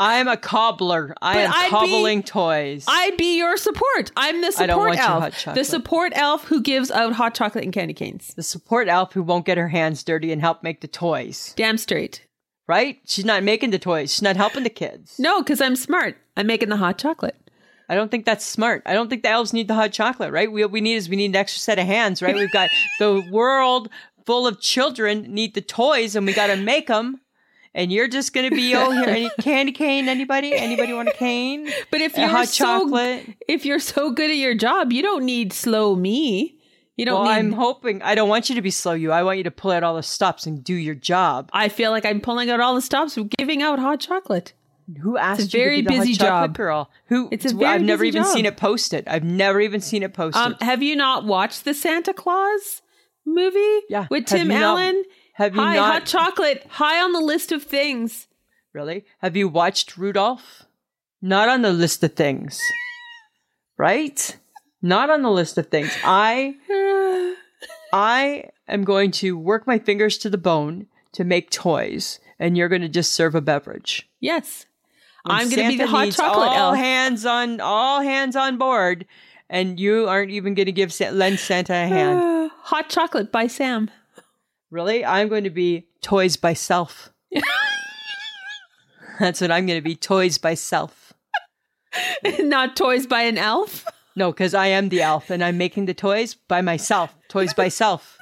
[SPEAKER 1] I'm a cobbler. I
[SPEAKER 2] But
[SPEAKER 1] am
[SPEAKER 2] I'd be-
[SPEAKER 1] cobbling toys.
[SPEAKER 2] I be your support. I'm the support
[SPEAKER 1] I don't want your
[SPEAKER 2] elf.
[SPEAKER 1] hot chocolate.
[SPEAKER 2] the support elf who gives out hot chocolate and candy canes.
[SPEAKER 1] the support elf who won't get her hands dirty and help make the toys.
[SPEAKER 2] Damn straight.
[SPEAKER 1] Right? She's not making the toys. She's not helping the kids.
[SPEAKER 2] No, because I'm smart. I'm making the hot chocolate.
[SPEAKER 1] I don't think that's smart. I don't think the elves need the hot chocolate, right? We, we need is we need an extra set of hands, right? We've got the world full of children need the toys, and we got to make them. And you're just gonna be oh here any candy cane? Anybody? Anybody want a cane?
[SPEAKER 2] But if
[SPEAKER 1] A
[SPEAKER 2] you're
[SPEAKER 1] hot
[SPEAKER 2] so,
[SPEAKER 1] chocolate.
[SPEAKER 2] if you're so good at your job, you don't need slow me. You don't
[SPEAKER 1] Well,
[SPEAKER 2] need.
[SPEAKER 1] I'm hoping I don't want you to be slow. You, I want you to pull out all the stops and do your job.
[SPEAKER 2] I feel like I'm pulling out all the stops from giving out hot chocolate.
[SPEAKER 1] Who asked
[SPEAKER 2] a
[SPEAKER 1] you
[SPEAKER 2] very
[SPEAKER 1] to be the
[SPEAKER 2] busy
[SPEAKER 1] hot chocolate
[SPEAKER 2] job.
[SPEAKER 1] girl? Who?
[SPEAKER 2] It's a
[SPEAKER 1] I've
[SPEAKER 2] very
[SPEAKER 1] never
[SPEAKER 2] busy
[SPEAKER 1] even
[SPEAKER 2] job.
[SPEAKER 1] seen it posted. I've never even seen it posted.
[SPEAKER 2] Um, have you not watched the Santa Claus movie?
[SPEAKER 1] Yeah.
[SPEAKER 2] with
[SPEAKER 1] Have
[SPEAKER 2] Tim
[SPEAKER 1] you not-
[SPEAKER 2] Allen.
[SPEAKER 1] have you
[SPEAKER 2] Hi,
[SPEAKER 1] not-
[SPEAKER 2] hot chocolate. High on the list of things.
[SPEAKER 1] Really? Have you watched Rudolph? Not on the list of things. Right? Not on the list of things. I I am going to work my fingers to the bone to make toys and you're going to just serve a beverage.
[SPEAKER 2] Yes,
[SPEAKER 1] When
[SPEAKER 2] I'm going to be
[SPEAKER 1] Santa
[SPEAKER 2] the hot
[SPEAKER 1] needs
[SPEAKER 2] chocolate
[SPEAKER 1] all
[SPEAKER 2] elf.
[SPEAKER 1] hands on all hands on board and you aren't even going to give Sa- lend Santa a hand.
[SPEAKER 2] Uh, hot chocolate by Sam.
[SPEAKER 1] really? I'm going to be toys by self. That's what I'm going to be, toys by self.
[SPEAKER 2] not toys by an elf.
[SPEAKER 1] No, because I am the elf and I'm making the toys by myself. Toys by self.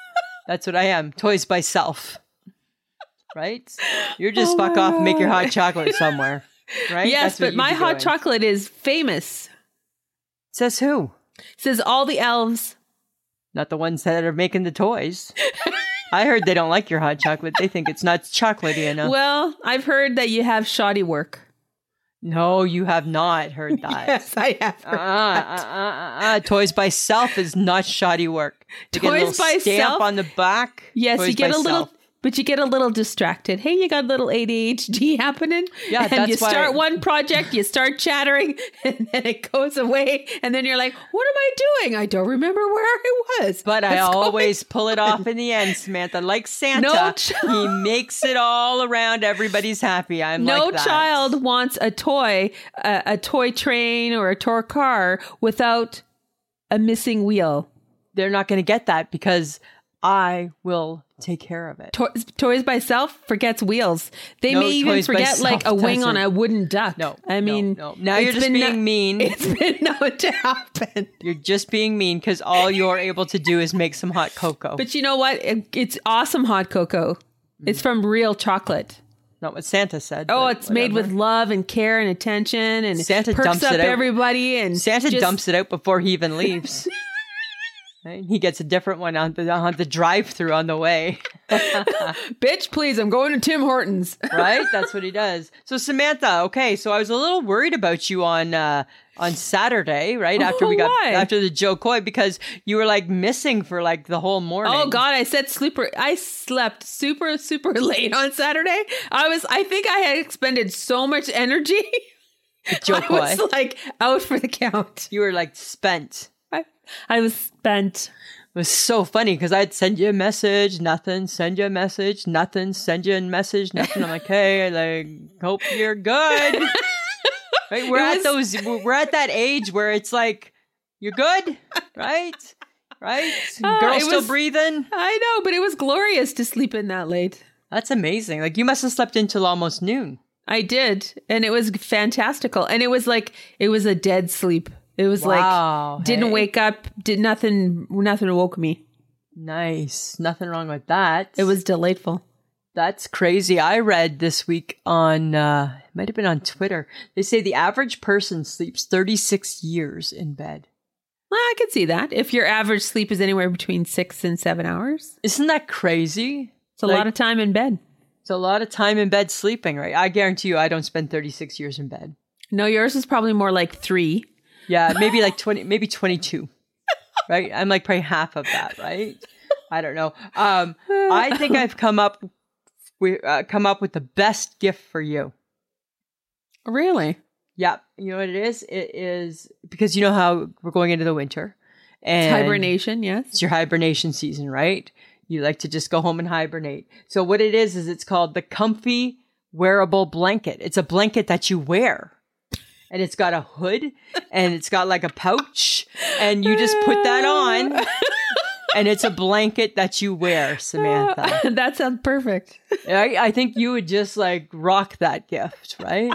[SPEAKER 1] That's what I am. Toys by self. Right? You're just
[SPEAKER 2] Oh my
[SPEAKER 1] fuck off, and make your
[SPEAKER 2] God.
[SPEAKER 1] hot chocolate somewhere. Right?
[SPEAKER 2] yes,
[SPEAKER 1] That's what
[SPEAKER 2] but
[SPEAKER 1] you'd
[SPEAKER 2] my
[SPEAKER 1] be
[SPEAKER 2] hot
[SPEAKER 1] doing.
[SPEAKER 2] chocolate is famous.
[SPEAKER 1] says who?
[SPEAKER 2] Says all the elves.
[SPEAKER 1] Not the ones that are making the toys. I heard they don't like your hot chocolate. They think it's not chocolatey enough.
[SPEAKER 2] Well, I've heard that you have shoddy work.
[SPEAKER 1] no, you have not heard that.
[SPEAKER 2] I have.
[SPEAKER 1] Uh, uh, uh, uh, uh. Toys by Self is not shoddy work. You get a
[SPEAKER 2] Toys
[SPEAKER 1] little
[SPEAKER 2] by
[SPEAKER 1] stamp
[SPEAKER 2] Self?
[SPEAKER 1] on the back.
[SPEAKER 2] yes,
[SPEAKER 1] Toys
[SPEAKER 2] you get
[SPEAKER 1] by
[SPEAKER 2] a little,
[SPEAKER 1] Self.
[SPEAKER 2] but you get a little distracted. Hey, you got a little ADHD happening.
[SPEAKER 1] Yeah,
[SPEAKER 2] and
[SPEAKER 1] that's
[SPEAKER 2] you
[SPEAKER 1] why-
[SPEAKER 2] start one project, you start chattering, and then it goes away, and then you're like, "What am I doing? I don't remember where I was."
[SPEAKER 1] But I
[SPEAKER 2] What's going
[SPEAKER 1] always pull it off in the end, Samantha. Like Santa,
[SPEAKER 2] No ch-
[SPEAKER 1] he makes it all around. Everybody's happy. I'm
[SPEAKER 2] no
[SPEAKER 1] like that.
[SPEAKER 2] child wants a toy, a, a toy train or a toy car without a missing wheel.
[SPEAKER 1] They're not going to get that because I will take care of it.
[SPEAKER 2] To- toys by Self forgets wheels. They
[SPEAKER 1] No,
[SPEAKER 2] may even
[SPEAKER 1] Toys by
[SPEAKER 2] forget like a
[SPEAKER 1] Self
[SPEAKER 2] wing on
[SPEAKER 1] doesn't.
[SPEAKER 2] a wooden duck.
[SPEAKER 1] No,
[SPEAKER 2] I
[SPEAKER 1] no,
[SPEAKER 2] mean,
[SPEAKER 1] no. Now you're
[SPEAKER 2] it's
[SPEAKER 1] just
[SPEAKER 2] been
[SPEAKER 1] being
[SPEAKER 2] kno-
[SPEAKER 1] mean.
[SPEAKER 2] It's been known to happen.
[SPEAKER 1] You're just being mean because all you're able to do is make some hot cocoa.
[SPEAKER 2] But you know what? It- it's awesome hot cocoa. It's from real chocolate.
[SPEAKER 1] not what Santa said.
[SPEAKER 2] Oh,
[SPEAKER 1] but
[SPEAKER 2] it's made with
[SPEAKER 1] whatever.
[SPEAKER 2] love and care and attention, and
[SPEAKER 1] Santa
[SPEAKER 2] perks
[SPEAKER 1] dumps
[SPEAKER 2] up
[SPEAKER 1] it out.
[SPEAKER 2] everybody. And
[SPEAKER 1] Santa
[SPEAKER 2] just-
[SPEAKER 1] dumps it out before he even leaves. Right? He gets a different one on the on the drive through on the way.
[SPEAKER 2] Bitch, please, I'm going to Tim Hortons.
[SPEAKER 1] Right? That's what he does. So Samantha, okay, so I was a little worried about you on uh on Saturday, right? After we got
[SPEAKER 2] Oh, Why?
[SPEAKER 1] after the Joe Coy because you were like missing for like the whole morning.
[SPEAKER 2] Oh God, I said super. I slept super super late on Saturday. I was. I think I had expended so much energy.
[SPEAKER 1] Joe
[SPEAKER 2] I was
[SPEAKER 1] Coy.
[SPEAKER 2] like out for the count.
[SPEAKER 1] You were like spent.
[SPEAKER 2] I, I was spent.
[SPEAKER 1] It was so funny because I'd send you a message, nothing, send you a message, nothing, send you a message, nothing. I'm like, hey, like, hope you're good. right? We're
[SPEAKER 2] It
[SPEAKER 1] at
[SPEAKER 2] was-
[SPEAKER 1] those, we're at that age where it's like, you're good, right? Right?
[SPEAKER 2] Ah,
[SPEAKER 1] Girl
[SPEAKER 2] it
[SPEAKER 1] still
[SPEAKER 2] was-
[SPEAKER 1] breathing.
[SPEAKER 2] I know, but it was glorious to sleep in that late.
[SPEAKER 1] That's amazing. Like, you must have slept until almost noon.
[SPEAKER 2] I did, and it was fantastical. And it was like it was a dead sleep. It was
[SPEAKER 1] Wow,
[SPEAKER 2] like didn't
[SPEAKER 1] hey.
[SPEAKER 2] wake up. Did nothing. Nothing woke me.
[SPEAKER 1] Nice. Nothing wrong with that.
[SPEAKER 2] It was delightful.
[SPEAKER 1] That's crazy. I read this week on uh it might have been on Twitter. They say the average person sleeps 36 years in bed.
[SPEAKER 2] Well, I could see that if your average sleep is anywhere between six and seven hours,
[SPEAKER 1] Isn't that crazy?
[SPEAKER 2] it's a lot of time in bed.
[SPEAKER 1] It's a lot of time in bed sleeping, right? I guarantee you I don't spend 36 years in bed.
[SPEAKER 2] No, yours is probably more like three.
[SPEAKER 1] Yeah, maybe like 20 maybe 22. Right? I'm like probably half of that, right? I don't know. Um I think I've come up with uh, come up with the best gift for you.
[SPEAKER 2] Really?
[SPEAKER 1] Yep. You know what it is? It is because you know how we're going into the winter. And
[SPEAKER 2] Hibernation, yes.
[SPEAKER 1] It's your hibernation season, right? You like to just go home and hibernate. So what it is is it's called the comfy wearable blanket. It's a blanket that you wear. And it's got a hood and it's got like a pouch and you just put that on. And it's a blanket that you wear, Samantha.
[SPEAKER 2] that sounds perfect.
[SPEAKER 1] I, I think you would just like rock that gift, right?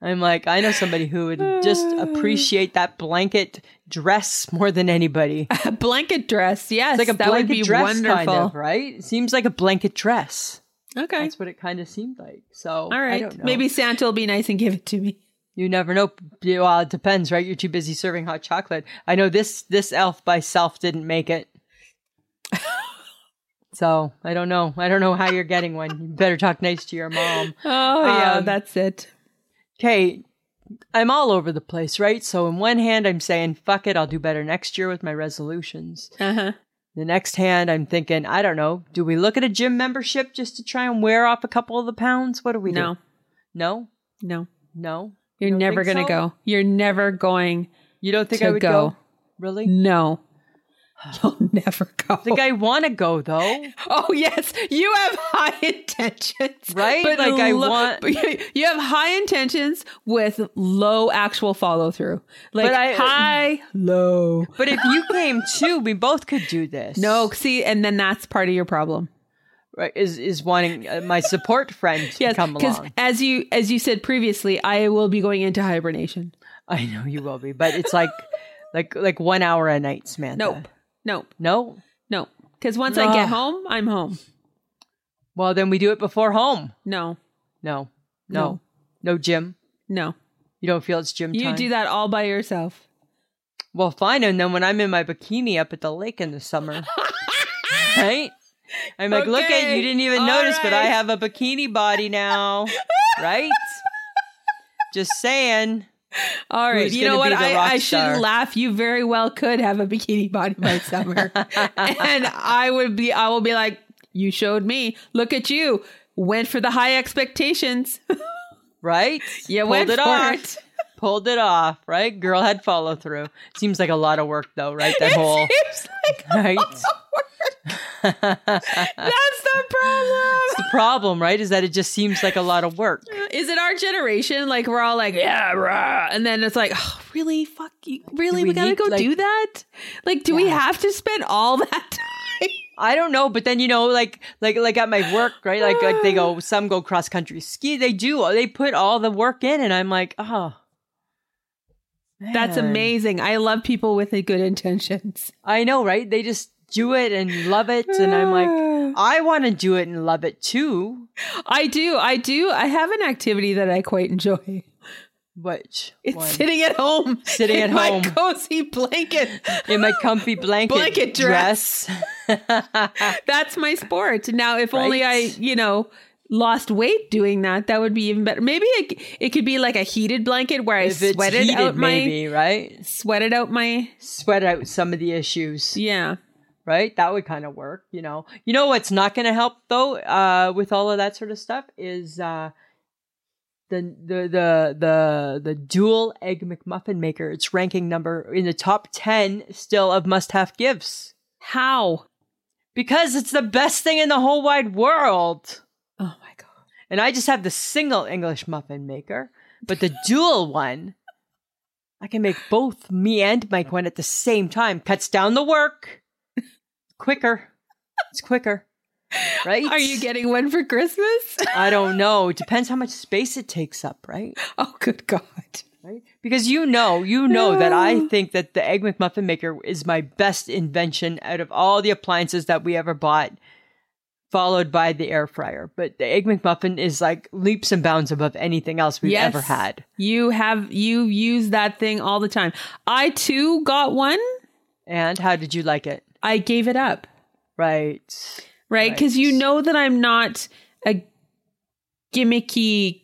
[SPEAKER 1] I'm like, I know somebody who would just appreciate that blanket dress more than anybody. It's
[SPEAKER 2] A blanket dress, yes.
[SPEAKER 1] like a
[SPEAKER 2] that
[SPEAKER 1] blanket
[SPEAKER 2] would be
[SPEAKER 1] dress,
[SPEAKER 2] wonderful.
[SPEAKER 1] kind of, right? It seems like a blanket dress.
[SPEAKER 2] Okay.
[SPEAKER 1] That's what it kind of seemed like. So,
[SPEAKER 2] All
[SPEAKER 1] I
[SPEAKER 2] right.
[SPEAKER 1] don't know.
[SPEAKER 2] Maybe Santa will be nice and give it to me.
[SPEAKER 1] you never know. Well, it depends, right? You're too busy serving hot chocolate. I know this this elf by self didn't make it. So I don't know. I don't know how you're getting one. You better talk nice to your mom.
[SPEAKER 2] Oh yeah,
[SPEAKER 1] Um,
[SPEAKER 2] that's it.
[SPEAKER 1] okay, I'm all over the place, right? So, in one hand, I'm saying, fuck it, I'll do better next year with my resolutions.
[SPEAKER 2] Uh-huh.
[SPEAKER 1] The next hand, I'm thinking, I don't know, do we look at a gym membership just to try and wear off a couple of the pounds? What do we
[SPEAKER 2] No.
[SPEAKER 1] do? No,
[SPEAKER 2] No.
[SPEAKER 1] no.
[SPEAKER 2] You're
[SPEAKER 1] don't
[SPEAKER 2] never
[SPEAKER 1] think
[SPEAKER 2] gonna
[SPEAKER 1] so?
[SPEAKER 2] go. You're never going
[SPEAKER 1] You don't think
[SPEAKER 2] to
[SPEAKER 1] I would
[SPEAKER 2] go.
[SPEAKER 1] go? Really?
[SPEAKER 2] No. You'll never go.
[SPEAKER 1] I think I want to go though.
[SPEAKER 2] Oh yes, you have high intentions,
[SPEAKER 1] Right? Like, I want-
[SPEAKER 2] but you- you have high intentions with low actual follow through. Like
[SPEAKER 1] But I-
[SPEAKER 2] high, low.
[SPEAKER 1] But if you came too, we both could do this.
[SPEAKER 2] No, see, and then that's part of your problem.
[SPEAKER 1] right, is is wanting uh, my support friend to
[SPEAKER 2] Yes,
[SPEAKER 1] come
[SPEAKER 2] because
[SPEAKER 1] along.
[SPEAKER 2] as you as you said previously, I will be going into hibernation.
[SPEAKER 1] I know you will be, but it's like, like, like one hour a night, Samantha.
[SPEAKER 2] Nope, nope,
[SPEAKER 1] No.
[SPEAKER 2] nope. Because once I get
[SPEAKER 1] Ugh.
[SPEAKER 2] home, I'm home.
[SPEAKER 1] Well, then we do it before home.
[SPEAKER 2] No,
[SPEAKER 1] No, no, no, gym.
[SPEAKER 2] no,
[SPEAKER 1] You don't feel it's gym
[SPEAKER 2] you
[SPEAKER 1] time.
[SPEAKER 2] do that all by yourself.
[SPEAKER 1] Well, fine. And then when I'm in my bikini up at the lake in the summer, right? I'm like, look at
[SPEAKER 2] Okay.
[SPEAKER 1] you didn't even
[SPEAKER 2] All
[SPEAKER 1] notice, but I
[SPEAKER 2] right.
[SPEAKER 1] have a bikini body now, right? Just saying.
[SPEAKER 2] All right.
[SPEAKER 1] Who's
[SPEAKER 2] You know
[SPEAKER 1] gonna
[SPEAKER 2] what?
[SPEAKER 1] be the
[SPEAKER 2] I,
[SPEAKER 1] rock
[SPEAKER 2] I
[SPEAKER 1] star?
[SPEAKER 2] should laugh. You very well could have a bikini body by summer. and I would be I will be like, you showed me. Look at you. Went for the high expectations.
[SPEAKER 1] right?
[SPEAKER 2] You
[SPEAKER 1] Pulled
[SPEAKER 2] went
[SPEAKER 1] it
[SPEAKER 2] for
[SPEAKER 1] off.
[SPEAKER 2] it.
[SPEAKER 1] Pulled it off, right? Girl had follow through. Seems like a lot of work, though, right? That whole
[SPEAKER 2] It's like
[SPEAKER 1] right.
[SPEAKER 2] that's the problem.
[SPEAKER 1] The problem, right, is that it just seems like a lot of work.
[SPEAKER 2] Is it our generation? Like we're all like, yeah, rah. and then it's like, oh, really, fuck, you,
[SPEAKER 1] Do
[SPEAKER 2] really, we,
[SPEAKER 1] we
[SPEAKER 2] gotta
[SPEAKER 1] need,
[SPEAKER 2] go
[SPEAKER 1] like-
[SPEAKER 2] do that. Like, do we have to spend all that time?
[SPEAKER 1] I don't know, but then you know, like, like, like at my work, right? Like, like they go, some go cross country ski. They do. They put all the work in, and I'm like, oh,
[SPEAKER 2] That's
[SPEAKER 1] man.
[SPEAKER 2] amazing. I love people with the good intentions.
[SPEAKER 1] I know, right? They just do it and love it, and I'm like, I want to do it and love it too.
[SPEAKER 2] I do, I do. I have an activity that I quite enjoy.
[SPEAKER 1] Which
[SPEAKER 2] It's
[SPEAKER 1] one?
[SPEAKER 2] sitting at home,
[SPEAKER 1] Sitting
[SPEAKER 2] in
[SPEAKER 1] at
[SPEAKER 2] my
[SPEAKER 1] home.
[SPEAKER 2] cozy blanket.
[SPEAKER 1] in my comfy blanket
[SPEAKER 2] Blanket dress.
[SPEAKER 1] dress.
[SPEAKER 2] That's my sport. Now, if only I,
[SPEAKER 1] Right.
[SPEAKER 2] you know, lost weight doing that, that would be even better. Maybe it, it could be like a heated blanket where I
[SPEAKER 1] if it's
[SPEAKER 2] sweated
[SPEAKER 1] heated,
[SPEAKER 2] out my
[SPEAKER 1] maybe right.
[SPEAKER 2] sweated out my
[SPEAKER 1] Sweat out some of the issues,
[SPEAKER 2] yeah.
[SPEAKER 1] right? That would kind of work, you know. You know what's not going to help though, uh, with all of that sort of stuff is uh, the the the the the dual egg McMuffin maker. It's ranking number in the top ten still of must have gifts
[SPEAKER 2] How?
[SPEAKER 1] because it's the best thing in the whole wide world.
[SPEAKER 2] Oh my god.
[SPEAKER 1] And I just have the single English muffin maker, but the dual one, I can make both me and Mike one at the same time. Cuts down the work. Quicker. It's quicker. Right?
[SPEAKER 2] Are you getting one for Christmas?
[SPEAKER 1] I don't know. Depends how much space it takes up, right?
[SPEAKER 2] oh good god.
[SPEAKER 1] Right? Because you know, you know that I think that the Egg McMuffin maker is my best invention out of all the appliances that we ever bought, followed by the air fryer. But the Egg McMuffin is like leaps and bounds above anything else we've
[SPEAKER 2] Yes.
[SPEAKER 1] ever had.
[SPEAKER 2] You have you use that thing all the time. I too got one.
[SPEAKER 1] And how did you like it?
[SPEAKER 2] I gave it up.
[SPEAKER 1] Right.
[SPEAKER 2] right? Because you know that I'm not a gimmicky.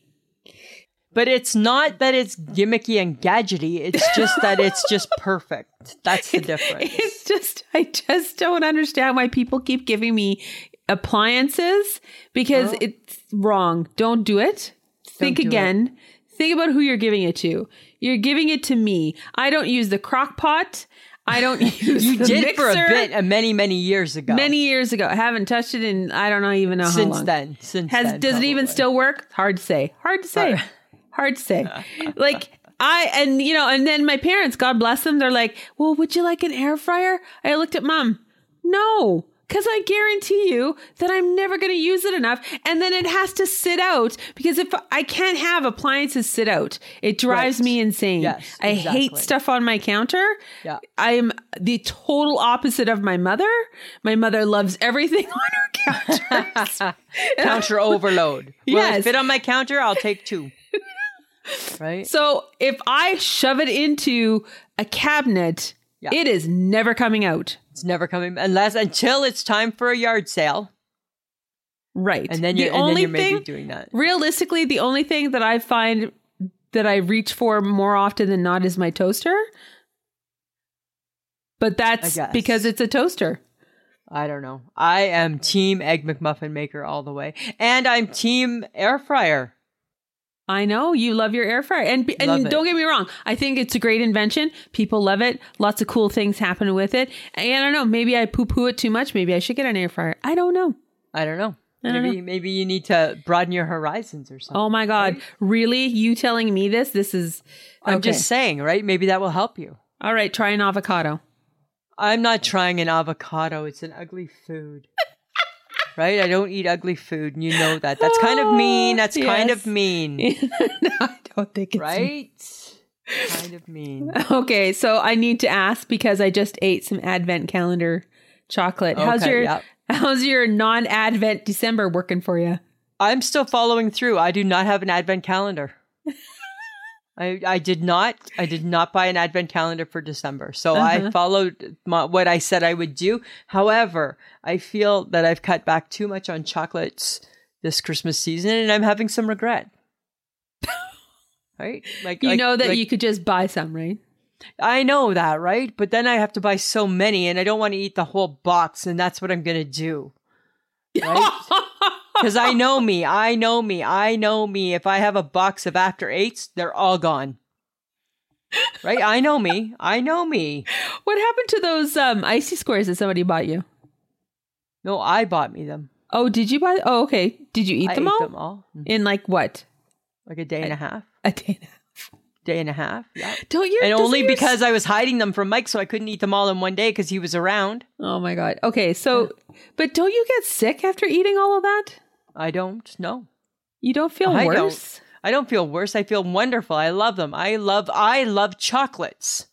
[SPEAKER 1] But it's not that it's gimmicky and gadgety. It's just that it's just perfect. That's the difference.
[SPEAKER 2] It's just I just don't understand why people keep giving me appliances because it's wrong. Don't do it. Think
[SPEAKER 1] Oh. Don't do
[SPEAKER 2] again. Think about who you're giving it to. You're giving it to me. I don't use the crock pot. I don't use
[SPEAKER 1] you
[SPEAKER 2] the
[SPEAKER 1] did for a
[SPEAKER 2] mixer.
[SPEAKER 1] bit uh, many, many years ago.
[SPEAKER 2] many years ago. I haven't touched it in I don't know even know how
[SPEAKER 1] since
[SPEAKER 2] long.
[SPEAKER 1] then. Since
[SPEAKER 2] Has
[SPEAKER 1] then,
[SPEAKER 2] does it even
[SPEAKER 1] probably.
[SPEAKER 2] still work? Hard to say. Hard to say. Hard to say. like I and you know, and then my parents, God bless them, they're like, "Well, would you like an air fryer?" I looked at mom. No, because I guarantee you that I'm never going to use it enough, and then it has to sit out because if I can't have appliances sit out, it drives
[SPEAKER 1] Right.
[SPEAKER 2] me insane.
[SPEAKER 1] Yes,
[SPEAKER 2] I hate
[SPEAKER 1] exactly.
[SPEAKER 2] stuff on my counter.
[SPEAKER 1] Yeah.
[SPEAKER 2] I am the total opposite of my mother. My mother loves everything on her counters.
[SPEAKER 1] counter overload. Will it
[SPEAKER 2] Yes.
[SPEAKER 1] fit on my counter? I'll take two. Right?
[SPEAKER 2] So if I shove it into a cabinet,
[SPEAKER 1] Yeah.
[SPEAKER 2] it is never coming out.
[SPEAKER 1] It's never coming unless until it's time for a yard sale.
[SPEAKER 2] Right.
[SPEAKER 1] And then you
[SPEAKER 2] the
[SPEAKER 1] and then
[SPEAKER 2] only
[SPEAKER 1] you're maybe
[SPEAKER 2] thing,
[SPEAKER 1] doing that.
[SPEAKER 2] realistically, the only thing that I find that I reach for more often than not is my toaster. But that's
[SPEAKER 1] guess.
[SPEAKER 2] because it's a toaster.
[SPEAKER 1] I don't know. I am team egg McMuffin maker all the way. And I'm team air fryer.
[SPEAKER 2] I know you love your air fryer, and be-
[SPEAKER 1] Love
[SPEAKER 2] and
[SPEAKER 1] it.
[SPEAKER 2] don't get me wrong, I think it's a great invention. People love it. Lots of cool things happen with it. And I don't know. Maybe I poo poo it too much. Maybe I should get an air fryer. I don't know.
[SPEAKER 1] I don't know. maybe maybe you need to broaden your horizons or something.
[SPEAKER 2] Oh my God. Really? You telling me this? This is.
[SPEAKER 1] I'm
[SPEAKER 2] Oh, okay.
[SPEAKER 1] just saying, right? Maybe that will help you.
[SPEAKER 2] All right, try an avocado.
[SPEAKER 1] I'm not trying an avocado. It's an ugly food. right? I don't eat ugly food, and you know that. That's kind of mean. That's kind of
[SPEAKER 2] Yes.
[SPEAKER 1] mean.
[SPEAKER 2] no, I don't think it's.
[SPEAKER 1] Right? kind of mean.
[SPEAKER 2] Okay, so I need to ask because I just ate some advent calendar chocolate. how's
[SPEAKER 1] Okay,
[SPEAKER 2] your
[SPEAKER 1] yep.
[SPEAKER 2] how's your non-advent December working for you?
[SPEAKER 1] I'm still following through. I do not have an advent calendar. I, I did not I did not buy an advent calendar for December. So
[SPEAKER 2] Uh-huh.
[SPEAKER 1] I followed my, what I said I would do. However, I feel that I've cut back too much on chocolates this Christmas season and I'm having some regret. right? Like
[SPEAKER 2] You
[SPEAKER 1] like-
[SPEAKER 2] know that
[SPEAKER 1] like-
[SPEAKER 2] you could just buy some, right?
[SPEAKER 1] I know that, right? But then I have to buy so many and I don't want to eat the whole box and that's what I'm going to do. Cuz I know me. I know me. I know me. If I have a box of after eights, they're all gone. Right? I know me. I know me.
[SPEAKER 2] What happened to those um, icy squares that somebody bought you?
[SPEAKER 1] No, I bought me them.
[SPEAKER 2] Oh, did you buy? Oh, okay. Did you eat
[SPEAKER 1] I
[SPEAKER 2] them
[SPEAKER 1] ate
[SPEAKER 2] all?
[SPEAKER 1] them all. Mm.
[SPEAKER 2] In like what?
[SPEAKER 1] Like a day and a half.
[SPEAKER 2] A day. and a half.
[SPEAKER 1] Day and a half. Yeah.
[SPEAKER 2] Don't you?
[SPEAKER 1] And
[SPEAKER 2] doesn't
[SPEAKER 1] only
[SPEAKER 2] your
[SPEAKER 1] because I was hiding them from Mike so I couldn't eat them all in one day cuz he was around.
[SPEAKER 2] Oh my god. Okay, so but don't you get sick after eating all of that?
[SPEAKER 1] I don't know.
[SPEAKER 2] You don't feel
[SPEAKER 1] I don't.
[SPEAKER 2] worse?
[SPEAKER 1] I don't feel worse. I feel wonderful. I love them. I love I love chocolates.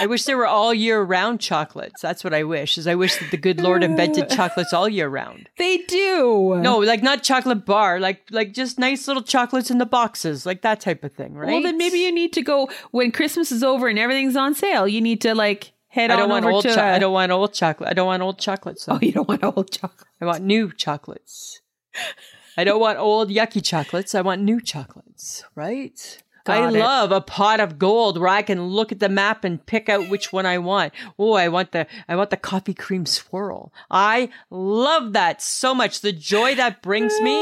[SPEAKER 1] I wish they were all year round chocolates. That's what I wish. Is I wish that the good Lord invented chocolates all year round.
[SPEAKER 2] They do.
[SPEAKER 1] No, like not chocolate bar, like like just nice little chocolates in the boxes, like that type of thing, right?
[SPEAKER 2] Well, then maybe you need to go when Christmas is over and everything's on sale. You need to like head
[SPEAKER 1] I don't
[SPEAKER 2] on
[SPEAKER 1] want
[SPEAKER 2] over
[SPEAKER 1] old.
[SPEAKER 2] to.
[SPEAKER 1] cho- I
[SPEAKER 2] uh,
[SPEAKER 1] don't want old chocolate. I don't want old chocolates. though.
[SPEAKER 2] Oh, you don't want old chocolate.
[SPEAKER 1] I want new chocolates. I don't want old yucky chocolates. I want new chocolates, right? I
[SPEAKER 2] Got it.
[SPEAKER 1] love a pot of gold where I can look at the map and pick out which one I want. Oh, I want the I want the coffee cream swirl. I love that so much. The joy that brings me,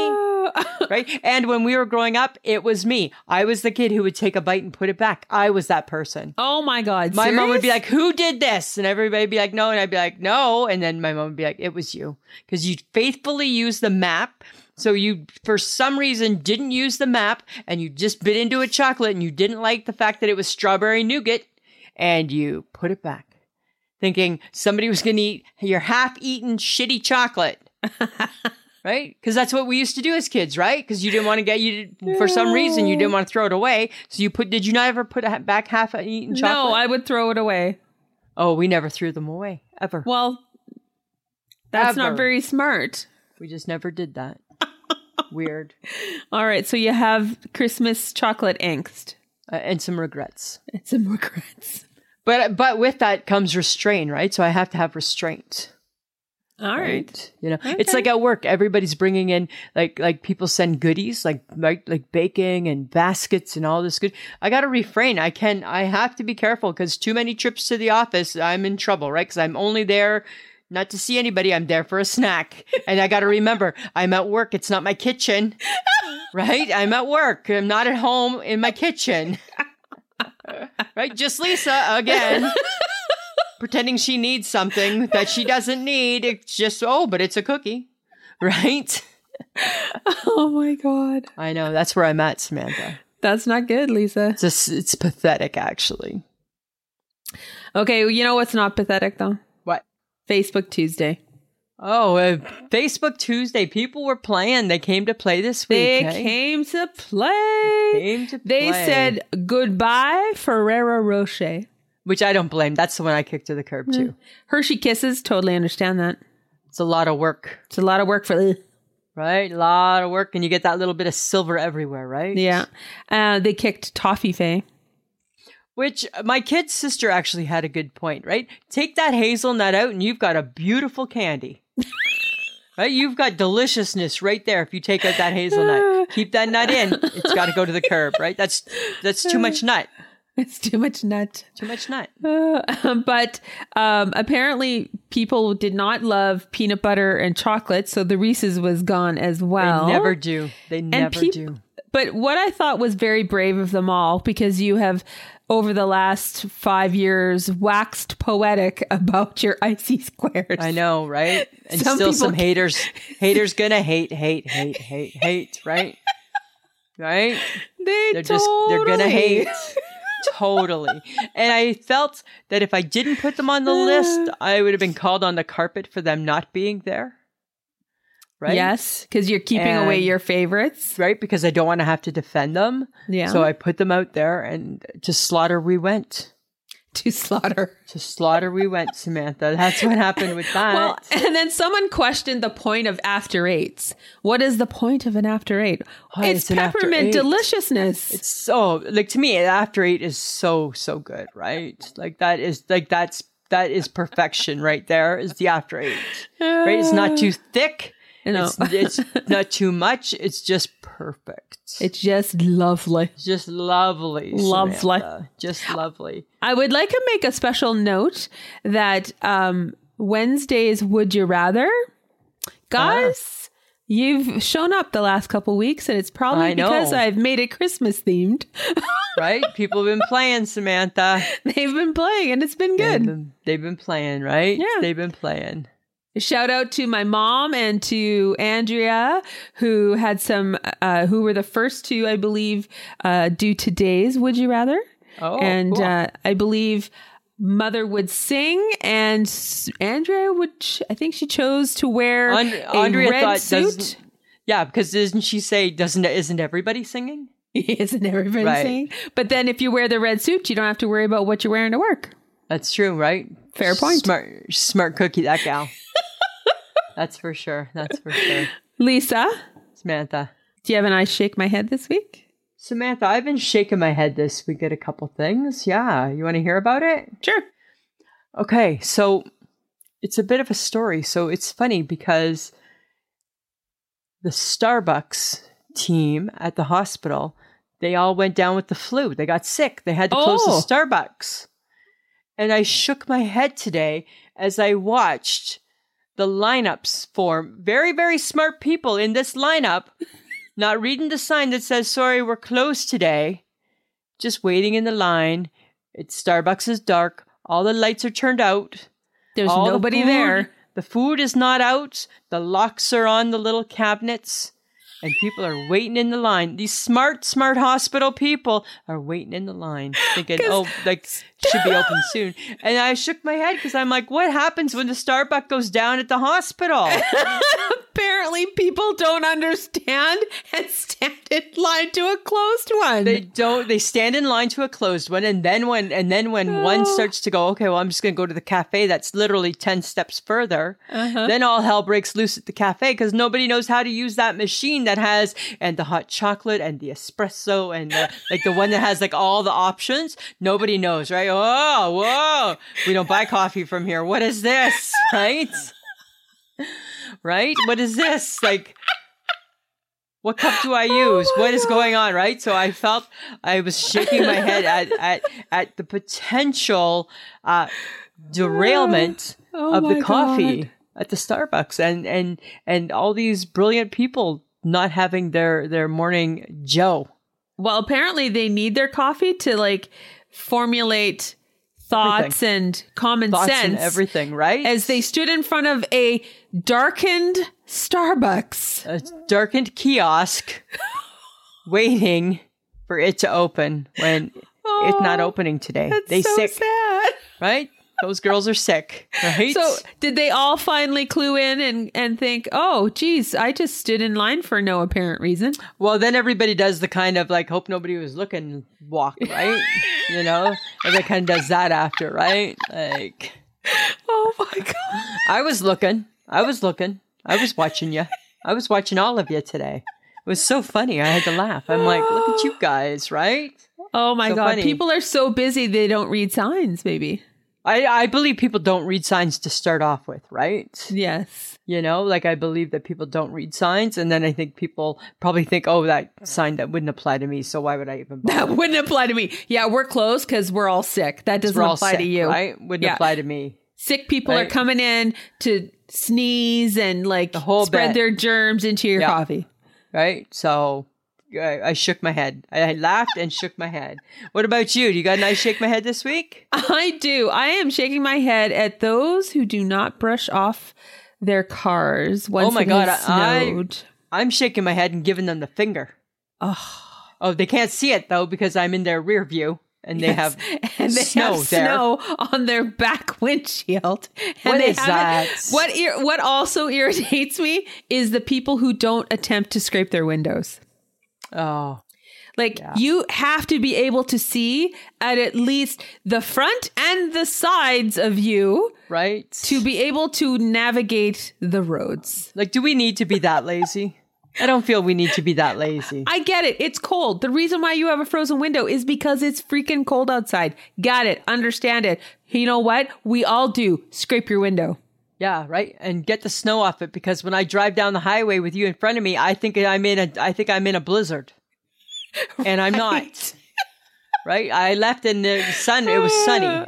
[SPEAKER 1] right? And when we were growing up, it was me. I was the kid who would take a bite and put it back. I was that person.
[SPEAKER 2] oh my god.
[SPEAKER 1] My mom would be
[SPEAKER 2] serious?
[SPEAKER 1] like, "Who did this?" And everybody would be like, "No," and I'd be like, "No," and then my mom would be like, "It was you," because you faithfully used the map. So you, for some reason, didn't use the map, and you just bit into a chocolate, and you didn't like the fact that it was strawberry nougat, and you put it back, thinking somebody was going to eat your half-eaten shitty chocolate. Right, because that's what we used to do as kids, right? Because you didn't want to get you for some reason you didn't want to throw it away, so you put. Did you not ever put a, back half a eaten chocolate?
[SPEAKER 2] "No, I would throw it away."
[SPEAKER 1] Oh, we never threw them away ever.
[SPEAKER 2] Well, that's
[SPEAKER 1] Ever.
[SPEAKER 2] not very smart.
[SPEAKER 1] We just never did that. Weird.
[SPEAKER 2] All right, so you have Christmas chocolate angst
[SPEAKER 1] Uh, and some regrets.
[SPEAKER 2] and some regrets.
[SPEAKER 1] But but with that comes restraint, right? So I have to have restraint.
[SPEAKER 2] All right.
[SPEAKER 1] You know, it's like at work, everybody's bringing in like like people send goodies, like like like baking and baskets and all this good. I got to refrain. I can I have to be careful cuz too many trips to the office, I'm in trouble, right? Cuz I'm only there not to see anybody. I'm there for a snack. And I got to remember, I'm at work. It's not my kitchen. Right? I'm at work. I'm not at home in my kitchen. Right? Just Lisa again. pretending she needs something that she doesn't need. It's just, oh, but it's a cookie. Right?
[SPEAKER 2] Oh my god.
[SPEAKER 1] I know. That's where I'm at, Samantha.
[SPEAKER 2] That's not good, Lisa.
[SPEAKER 1] It's, just, it's pathetic, actually.
[SPEAKER 2] Okay, you know what's not pathetic though?
[SPEAKER 1] What?
[SPEAKER 2] Facebook Tuesday.
[SPEAKER 1] Oh, uh, Facebook Tuesday. People were playing. They came to play this week.
[SPEAKER 2] They
[SPEAKER 1] eh?
[SPEAKER 2] came to play.
[SPEAKER 1] Came to
[SPEAKER 2] They
[SPEAKER 1] play.
[SPEAKER 2] said goodbye, Ferrero Rocher.
[SPEAKER 1] which I don't blame. That's the one I kicked to the curb too.
[SPEAKER 2] Hershey Kisses, totally understand that.
[SPEAKER 1] It's a lot of work,
[SPEAKER 2] It's a lot of work for.
[SPEAKER 1] right? A lot of work, and you get that little bit of silver everywhere, right?
[SPEAKER 2] Yeah. Uh, they kicked Toffee Fay.
[SPEAKER 1] Which uh, my kid's sister actually had a good point, right? Take that hazelnut out, and you've got a beautiful candy. Right, you've got deliciousness right there. If you take out that hazelnut, keep that nut in. It's got to go to the curb, right? That's that's too much nut.
[SPEAKER 2] It's too much nut.
[SPEAKER 1] Too much nut.
[SPEAKER 2] Uh, but um, apparently, people did not love peanut butter and chocolate, so the Reese's was gone as well.
[SPEAKER 1] they never do. They never
[SPEAKER 2] peop-
[SPEAKER 1] do.
[SPEAKER 2] But what I thought was very brave of them all, because you have over the last five years waxed poetic about your icy squares.
[SPEAKER 1] I know, right? And
[SPEAKER 2] Some
[SPEAKER 1] still
[SPEAKER 2] people
[SPEAKER 1] some
[SPEAKER 2] can't-
[SPEAKER 1] haters haters gonna hate, hate, hate, hate, hate, right? Right?
[SPEAKER 2] They
[SPEAKER 1] They're just they're gonna
[SPEAKER 2] totally-
[SPEAKER 1] hate. Totally. And I felt that if I didn't put them on the list, I would have been called on the carpet for them not being there. Right?
[SPEAKER 2] Yes, because you're keeping away
[SPEAKER 1] And-
[SPEAKER 2] your favorites.
[SPEAKER 1] Right? Because I don't want to have to defend them.
[SPEAKER 2] Yeah.
[SPEAKER 1] So I put them out there and to slaughter we went.
[SPEAKER 2] to slaughter.
[SPEAKER 1] To slaughter we went, Samantha. That's what happened with that.
[SPEAKER 2] Well, and then someone questioned the point of after eights. What is the point of an after eight?
[SPEAKER 1] Why
[SPEAKER 2] it's
[SPEAKER 1] is it after
[SPEAKER 2] peppermint
[SPEAKER 1] eight?
[SPEAKER 2] deliciousness.
[SPEAKER 1] so like to me after eight is so so good right like that is like that's that is perfection right there is the after eight right it's not too thick
[SPEAKER 2] know.
[SPEAKER 1] it's, it's not too much it's just perfect it's
[SPEAKER 2] it's just lovely.
[SPEAKER 1] just lovely
[SPEAKER 2] Lovely.
[SPEAKER 1] Samantha. just lovely
[SPEAKER 2] I would like to make a special note that um, Wednesday's Would You Rather, guys, you've shown up the last couple weeks, and it's probably
[SPEAKER 1] Ah. I know.
[SPEAKER 2] because I've made it Christmas themed.
[SPEAKER 1] right people have been playing samantha
[SPEAKER 2] They've been playing, and it's been
[SPEAKER 1] They've
[SPEAKER 2] good.
[SPEAKER 1] been, they've been playing right
[SPEAKER 2] Yeah.
[SPEAKER 1] they've been playing
[SPEAKER 2] Shout out to my mom and to Andrea, who had some, uh, who were the first two, I believe, uh, do today's Would You Rather.
[SPEAKER 1] Oh,
[SPEAKER 2] and
[SPEAKER 1] cool.
[SPEAKER 2] uh, I believe Mother would sing, and s- Andrea would. Ch- I think she chose to wear
[SPEAKER 1] And-
[SPEAKER 2] a
[SPEAKER 1] Andrea
[SPEAKER 2] red
[SPEAKER 1] thought,
[SPEAKER 2] suit.
[SPEAKER 1] doesn't- yeah because doesn't she say doesn't isn't everybody singing
[SPEAKER 2] Isn't everybody
[SPEAKER 1] Right.
[SPEAKER 2] singing? But then, if you wear the red suit, you don't have to worry about what you're wearing to work.
[SPEAKER 1] That's true, right?
[SPEAKER 2] Fair point.
[SPEAKER 1] Smart, smart cookie, that gal. That's for sure. That's for sure.
[SPEAKER 2] Lisa,
[SPEAKER 1] Samantha.
[SPEAKER 2] do you have an I shake my head this week?
[SPEAKER 1] Samantha, I've been shaking my head this week at a couple things. Yeah. You want to hear about it?
[SPEAKER 2] Sure.
[SPEAKER 1] Okay. So it's a bit of a story. So it's funny because the Starbucks team at the hospital, they all went down with the flu. They got sick. They had to close
[SPEAKER 2] Oh.
[SPEAKER 1] the Starbucks. And I shook my head today as I watched the lineups form. Very, very smart people in this lineup, not reading the sign that says, sorry, we're closed today, just waiting in the line. It's Starbucks is dark. All the lights are turned out.
[SPEAKER 2] There's
[SPEAKER 1] All the
[SPEAKER 2] nobody
[SPEAKER 1] food-
[SPEAKER 2] there.
[SPEAKER 1] The food is not out. The locks are on the little cabinets. And people are waiting in the line. These smart, smart hospital people are waiting in the line, thinking, "Oh, like should be open soon." And I shook my head because I'm like, "What happens when the Starbucks goes down at the hospital?"
[SPEAKER 2] Apparently, people don't understand and stand in line to a closed one.
[SPEAKER 1] they don't. They stand in line to a closed one, and then when and then when one starts to go, okay, well, I'm just going to go to the cafe. That's literally ten steps further. Then all hell breaks loose at the cafe because nobody knows how to use that machine that has and the hot chocolate and the espresso and the, like the one that has like all the options. Nobody knows, right? Oh, whoa! We don't buy coffee from here. What is this, right? Right? What is this like? What cup do I use?
[SPEAKER 2] Oh
[SPEAKER 1] what is going on, right? So I felt I was shaking my head at at, at the potential uh, derailment
[SPEAKER 2] Oh
[SPEAKER 1] of
[SPEAKER 2] my
[SPEAKER 1] the coffee
[SPEAKER 2] God.
[SPEAKER 1] at the Starbucks and and and all these brilliant people not having their their morning Joe.
[SPEAKER 2] Well, apparently they need their coffee to like formulate thoughts and common
[SPEAKER 1] Thoughts
[SPEAKER 2] sense
[SPEAKER 1] and everything, right?
[SPEAKER 2] as they stood in front of a darkened Starbucks.
[SPEAKER 1] a darkened kiosk waiting for it to open when it's not opening today. They
[SPEAKER 2] Oh, so
[SPEAKER 1] sick,
[SPEAKER 2] sad.
[SPEAKER 1] right? Those girls are sick, right?
[SPEAKER 2] So did they all finally clue in and and think, "Oh, geez, I just stood in line for no apparent reason."
[SPEAKER 1] Well, then everybody does the kind of like hope nobody was looking walk, right? you know, everybody kind of does that after, right? Like
[SPEAKER 2] Oh my god.
[SPEAKER 1] I was looking, I was looking, I was watching you, I was watching all of you today. It was so funny. I had to laugh. I'm like, look at you guys, right?
[SPEAKER 2] Oh my
[SPEAKER 1] So
[SPEAKER 2] god.
[SPEAKER 1] funny.
[SPEAKER 2] People are so busy they don't read signs, maybe.
[SPEAKER 1] I, I believe people don't read signs to start off with, right?
[SPEAKER 2] Yes.
[SPEAKER 1] You know, like I believe that people don't read signs, and then I think people probably think, "Oh, that sign that wouldn't apply to me, so why would I even?" Bother?
[SPEAKER 2] That wouldn't apply to me. Yeah, we're closed cuz we're all sick. That doesn't
[SPEAKER 1] We're all
[SPEAKER 2] apply to
[SPEAKER 1] sick,
[SPEAKER 2] you.
[SPEAKER 1] right? Wouldn't
[SPEAKER 2] Yeah.
[SPEAKER 1] apply to me.
[SPEAKER 2] sick people are
[SPEAKER 1] Right.
[SPEAKER 2] coming in to sneeze and like
[SPEAKER 1] whole
[SPEAKER 2] spread
[SPEAKER 1] bit.
[SPEAKER 2] their germs into your
[SPEAKER 1] Yeah.
[SPEAKER 2] coffee.
[SPEAKER 1] right? So I, I shook my head. I laughed and shook my head. What about you? Do you got a nice shake my head this week?
[SPEAKER 2] I do. I am shaking my head at those who do not brush off their cars once
[SPEAKER 1] Oh my
[SPEAKER 2] it
[SPEAKER 1] God,
[SPEAKER 2] has
[SPEAKER 1] I-
[SPEAKER 2] snowed.
[SPEAKER 1] I'm shaking my head and giving them the finger. Oh, oh they can't see it though because I'm in their rear view and they have
[SPEAKER 2] and they
[SPEAKER 1] snow
[SPEAKER 2] have
[SPEAKER 1] there.
[SPEAKER 2] snow on their back windshield. And
[SPEAKER 1] What
[SPEAKER 2] they
[SPEAKER 1] is
[SPEAKER 2] haven't-
[SPEAKER 1] that?
[SPEAKER 2] What ir- what also irritates me is the people who don't attempt to scrape their windows.
[SPEAKER 1] Oh,
[SPEAKER 2] Like you have to be able to see at at least the front and the sides of you
[SPEAKER 1] right?
[SPEAKER 2] to be able to navigate the roads.
[SPEAKER 1] like, do we need to be that lazy? I don't feel we need to be that lazy.
[SPEAKER 2] I get it. It's cold. The reason why you have a frozen window is because it's freaking cold outside. Got it. Understand it. You know what? We all do. Scrape your window.
[SPEAKER 1] Yeah, right. And get the snow off it because when I drive down the highway with you in front of me, I think I'm in a I think I'm in a blizzard. And I'm not. right? I left in the sun. It was sunny.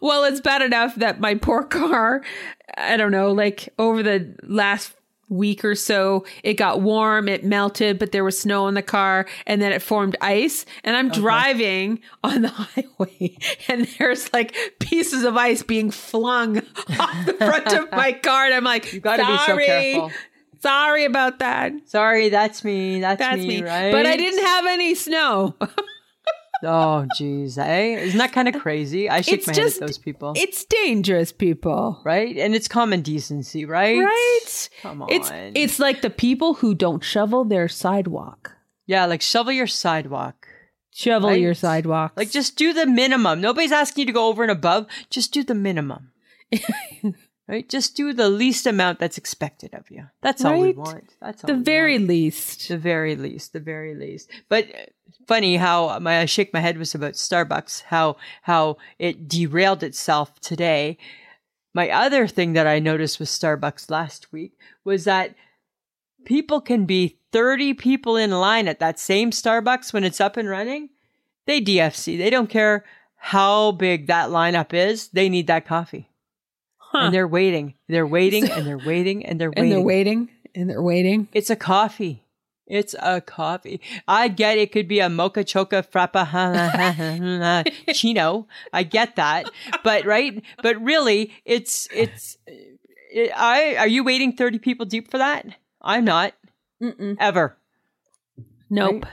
[SPEAKER 2] Well, it's bad enough that my poor car, I don't know, like over the last week or so, it got warm, it melted, but there was snow in the car, and then it formed ice. And I'm driving on the highway, and there's like pieces of ice being flung off the front of my car. And I'm like, you
[SPEAKER 1] gotta be so
[SPEAKER 2] sorry.
[SPEAKER 1] careful."
[SPEAKER 2] Sorry about that.
[SPEAKER 1] Sorry, that's me. That's,
[SPEAKER 2] That's
[SPEAKER 1] me,
[SPEAKER 2] me.
[SPEAKER 1] right?
[SPEAKER 2] But I didn't have any snow.
[SPEAKER 1] Oh, jeez, eh? Isn't that kind of crazy? I shake
[SPEAKER 2] It's
[SPEAKER 1] my
[SPEAKER 2] just
[SPEAKER 1] head at those people,
[SPEAKER 2] It's dangerous, people.
[SPEAKER 1] right? And it's common decency, right?
[SPEAKER 2] Right?
[SPEAKER 1] Come
[SPEAKER 2] It's
[SPEAKER 1] on.
[SPEAKER 2] it's like the people who don't shovel their sidewalk.
[SPEAKER 1] Yeah, like shovel your sidewalk.
[SPEAKER 2] Shovel
[SPEAKER 1] Right.
[SPEAKER 2] your sidewalk.
[SPEAKER 1] Like just do the minimum. Nobody's asking you to go over and above. Just do the minimum. right? Just do the least amount that's expected of you. That's all we
[SPEAKER 2] Right?
[SPEAKER 1] want. That's all
[SPEAKER 2] the
[SPEAKER 1] we
[SPEAKER 2] very
[SPEAKER 1] want.
[SPEAKER 2] least.
[SPEAKER 1] the very least, the very least. But uh, funny how my I shake my head was about Starbucks, how how it derailed itself today. My other thing that I noticed with Starbucks last week was that people can be 30 people in line at that same Starbucks when it's up and running. They DFC. They don't care how big that lineup is. They need that coffee. And they're waiting. They're waiting and they're waiting and they're waiting.
[SPEAKER 2] And they're waiting. And they're waiting.
[SPEAKER 1] It's a coffee. It's a coffee. I get it could be a mocha choca frappa chino. I get that. But right, but really it's it's it, I are you waiting 30 people deep for that? I'm not. Ever.
[SPEAKER 2] Nope.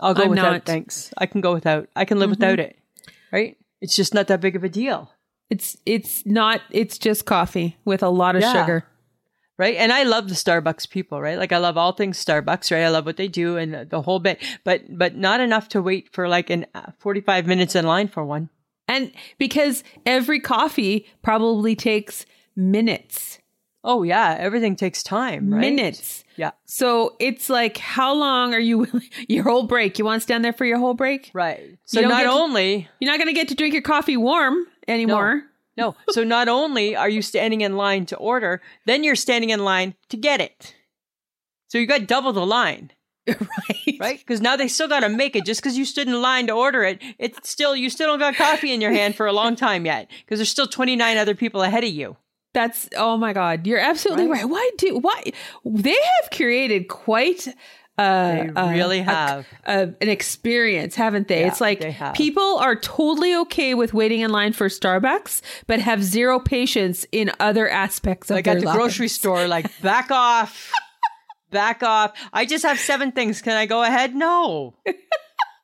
[SPEAKER 1] I'll go
[SPEAKER 2] I'm
[SPEAKER 1] without
[SPEAKER 2] not. Mm-hmm.
[SPEAKER 1] thanks. I can go without. I can live without it. Right? It's just not that big of a deal.
[SPEAKER 2] It's it's not it's just coffee with a lot of
[SPEAKER 1] Yeah.
[SPEAKER 2] sugar.
[SPEAKER 1] right? And I love the Starbucks people, right? Like I love all things Starbucks, right? I love what they do and the whole bit, but but not enough to wait for like an uh, forty five minutes in line for one.
[SPEAKER 2] And because every coffee probably takes minutes.
[SPEAKER 1] Oh yeah, everything takes time, right?
[SPEAKER 2] Minutes.
[SPEAKER 1] Yeah,
[SPEAKER 2] So it's like how long are you willing your whole break? You want to stand there for your whole break?
[SPEAKER 1] right. So
[SPEAKER 2] don't
[SPEAKER 1] not
[SPEAKER 2] get to-
[SPEAKER 1] only
[SPEAKER 2] You're not gonna get to drink your coffee warm anymore.
[SPEAKER 1] no, so not only are you standing in line to order, then you're standing in line to get it. So you got double the line.
[SPEAKER 2] Right.
[SPEAKER 1] right? Because now they still got to make it. Just because you stood in line to order it, it's still you still don't got coffee in your hand for a long time yet. Because there's still 29 other people ahead of you.
[SPEAKER 2] That's oh my god, you're absolutely
[SPEAKER 1] Right?
[SPEAKER 2] right. Why do why they have created quite uh,
[SPEAKER 1] They
[SPEAKER 2] uh,
[SPEAKER 1] really
[SPEAKER 2] a-
[SPEAKER 1] have.
[SPEAKER 2] a- an experience, haven't they?
[SPEAKER 1] Yeah,
[SPEAKER 2] it's like
[SPEAKER 1] they have.
[SPEAKER 2] people are totally okay with waiting in line for Starbucks, but have zero patience in other aspects of
[SPEAKER 1] Like
[SPEAKER 2] their
[SPEAKER 1] at the
[SPEAKER 2] lives.
[SPEAKER 1] grocery store, like back off, back off. I just have seven things. Can I go ahead? No.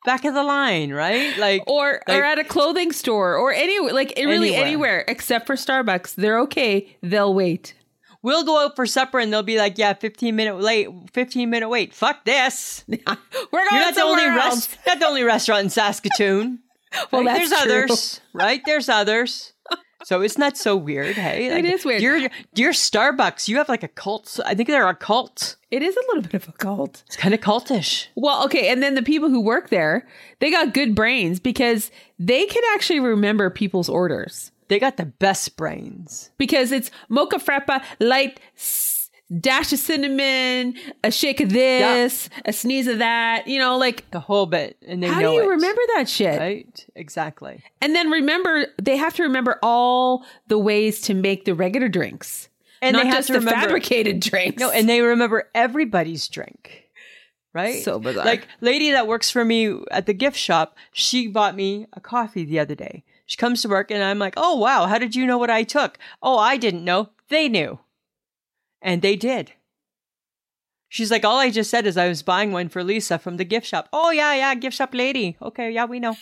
[SPEAKER 1] Back of the line, right? Like
[SPEAKER 2] or
[SPEAKER 1] like-
[SPEAKER 2] or at a clothing store or anywhere, like it really
[SPEAKER 1] Anywhere.
[SPEAKER 2] anywhere. except for Starbucks. They're okay. They'll wait.
[SPEAKER 1] we'll go out for supper and they'll be like, yeah, 15 minute late, 15 minute wait. Fuck this. You're
[SPEAKER 2] We're going
[SPEAKER 1] not the only
[SPEAKER 2] somewhere else.
[SPEAKER 1] rest, not the only restaurant in Saskatoon.
[SPEAKER 2] Well,
[SPEAKER 1] Right? there's
[SPEAKER 2] that's true.
[SPEAKER 1] others, right? There's others. So it's not so weird, hey? Like,
[SPEAKER 2] is weird.
[SPEAKER 1] Dear, dear Starbucks, you have like a cult. I think they're a cult.
[SPEAKER 2] It is a little bit of a cult.
[SPEAKER 1] It's kind of cultish.
[SPEAKER 2] Well, okay, and then the people who work there, they got good brains because they can actually remember people's orders
[SPEAKER 1] They got the best brains.
[SPEAKER 2] because it's mocha frappa, light s- dash of cinnamon, a shake of this, a sneeze of that. You know, like
[SPEAKER 1] The whole bit, and they
[SPEAKER 2] how do
[SPEAKER 1] know
[SPEAKER 2] you
[SPEAKER 1] it,
[SPEAKER 2] remember that shit?
[SPEAKER 1] Right? Exactly.
[SPEAKER 2] And then remember, they have to remember all the ways to make the regular drinks,
[SPEAKER 1] And
[SPEAKER 2] not
[SPEAKER 1] they have
[SPEAKER 2] just
[SPEAKER 1] to
[SPEAKER 2] the
[SPEAKER 1] remember-
[SPEAKER 2] fabricated drinks.
[SPEAKER 1] No, and they remember everybody's drink. Right?
[SPEAKER 2] So bizarre.
[SPEAKER 1] Like lady that works for me at the gift shop, she bought me a coffee the other day. She comes to work and I'm like, "Oh wow, how did you know what I took?" "Oh, I didn't know. They knew." And they did. She's like, "All I just said is I was buying one for Lisa from the gift shop." "Oh yeah, yeah, gift shop lady." "Okay, yeah, we know."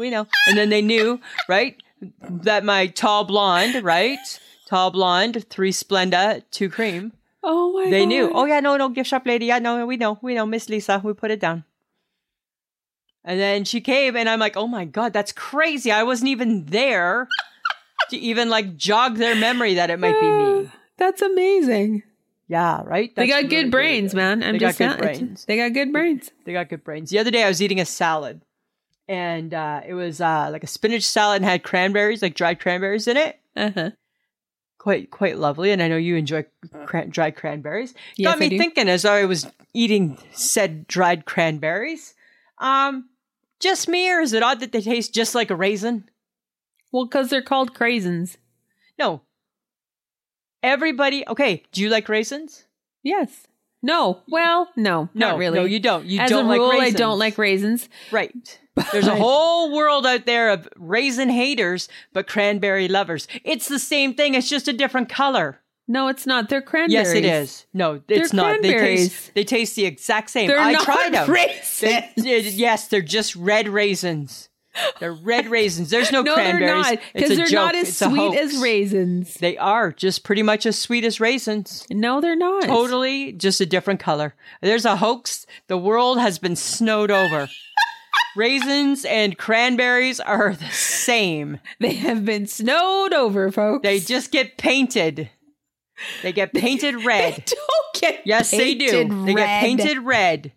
[SPEAKER 1] We know. And then they knew, right? That my tall blonde, right? Tall blonde, three Splenda, two cream.
[SPEAKER 2] oh my,
[SPEAKER 1] They
[SPEAKER 2] God.
[SPEAKER 1] knew. Oh yeah, no, no, gift shop lady. Yeah, no, we know, we know, Miss Lisa. We put it down. And then she came, and I'm like, oh my God, that's crazy. I wasn't even there to even like jog their memory that it might be me.
[SPEAKER 2] That's amazing.
[SPEAKER 1] Yeah, right?
[SPEAKER 2] They
[SPEAKER 1] That's
[SPEAKER 2] got
[SPEAKER 1] really,
[SPEAKER 2] good
[SPEAKER 1] really
[SPEAKER 2] brains,
[SPEAKER 1] good.
[SPEAKER 2] man. I'm
[SPEAKER 1] They got
[SPEAKER 2] just
[SPEAKER 1] good
[SPEAKER 2] not- it's-
[SPEAKER 1] brains.
[SPEAKER 2] They got good brains.
[SPEAKER 1] They got good brains. The other day, I was eating a salad, and uh, it was uh, like a spinach salad and had cranberries, like dried cranberries in it.
[SPEAKER 2] Uh-huh.
[SPEAKER 1] Quite, quite lovely. And I know you enjoy cran- dried cranberries.
[SPEAKER 2] Yes,
[SPEAKER 1] got me
[SPEAKER 2] I do.
[SPEAKER 1] thinking as I was eating said dried cranberries. Um, just me, or is it odd that they taste just like a raisin?
[SPEAKER 2] Well, because they're called craisins.
[SPEAKER 1] No. Everybody, okay. Do you like raisins?
[SPEAKER 2] Yes. No. Well, no.
[SPEAKER 1] No,
[SPEAKER 2] not really.
[SPEAKER 1] No, you don't. You
[SPEAKER 2] As
[SPEAKER 1] don't
[SPEAKER 2] a
[SPEAKER 1] like
[SPEAKER 2] rule,
[SPEAKER 1] raisins.
[SPEAKER 2] I don't like raisins.
[SPEAKER 1] Right. There's a whole world out there of raisin haters, but cranberry lovers. It's the same thing. It's just a different color.
[SPEAKER 2] No, it's not. They're cranberries.
[SPEAKER 1] Yes, it is. No, it's not. They
[SPEAKER 2] cranberries.
[SPEAKER 1] taste. They taste the exact same.
[SPEAKER 2] They're
[SPEAKER 1] I
[SPEAKER 2] not
[SPEAKER 1] tried them.
[SPEAKER 2] raisins.
[SPEAKER 1] They- yes, they're just red raisins. They're red raisins. There's no,
[SPEAKER 2] No, they're
[SPEAKER 1] cranberries.
[SPEAKER 2] not.
[SPEAKER 1] It's
[SPEAKER 2] Because
[SPEAKER 1] a
[SPEAKER 2] they're not
[SPEAKER 1] joke.
[SPEAKER 2] as
[SPEAKER 1] It's a
[SPEAKER 2] sweet
[SPEAKER 1] hoax.
[SPEAKER 2] as raisins.
[SPEAKER 1] They are just pretty much as sweet as raisins.
[SPEAKER 2] No, they're not.
[SPEAKER 1] Totally just a different color. There's a hoax. The world has been snowed over. Raisins and cranberries are the same.
[SPEAKER 2] They have been snowed over, folks.
[SPEAKER 1] They just get painted. They get painted red.
[SPEAKER 2] don't get
[SPEAKER 1] Yes, they do.
[SPEAKER 2] painted
[SPEAKER 1] They get
[SPEAKER 2] red.
[SPEAKER 1] painted red.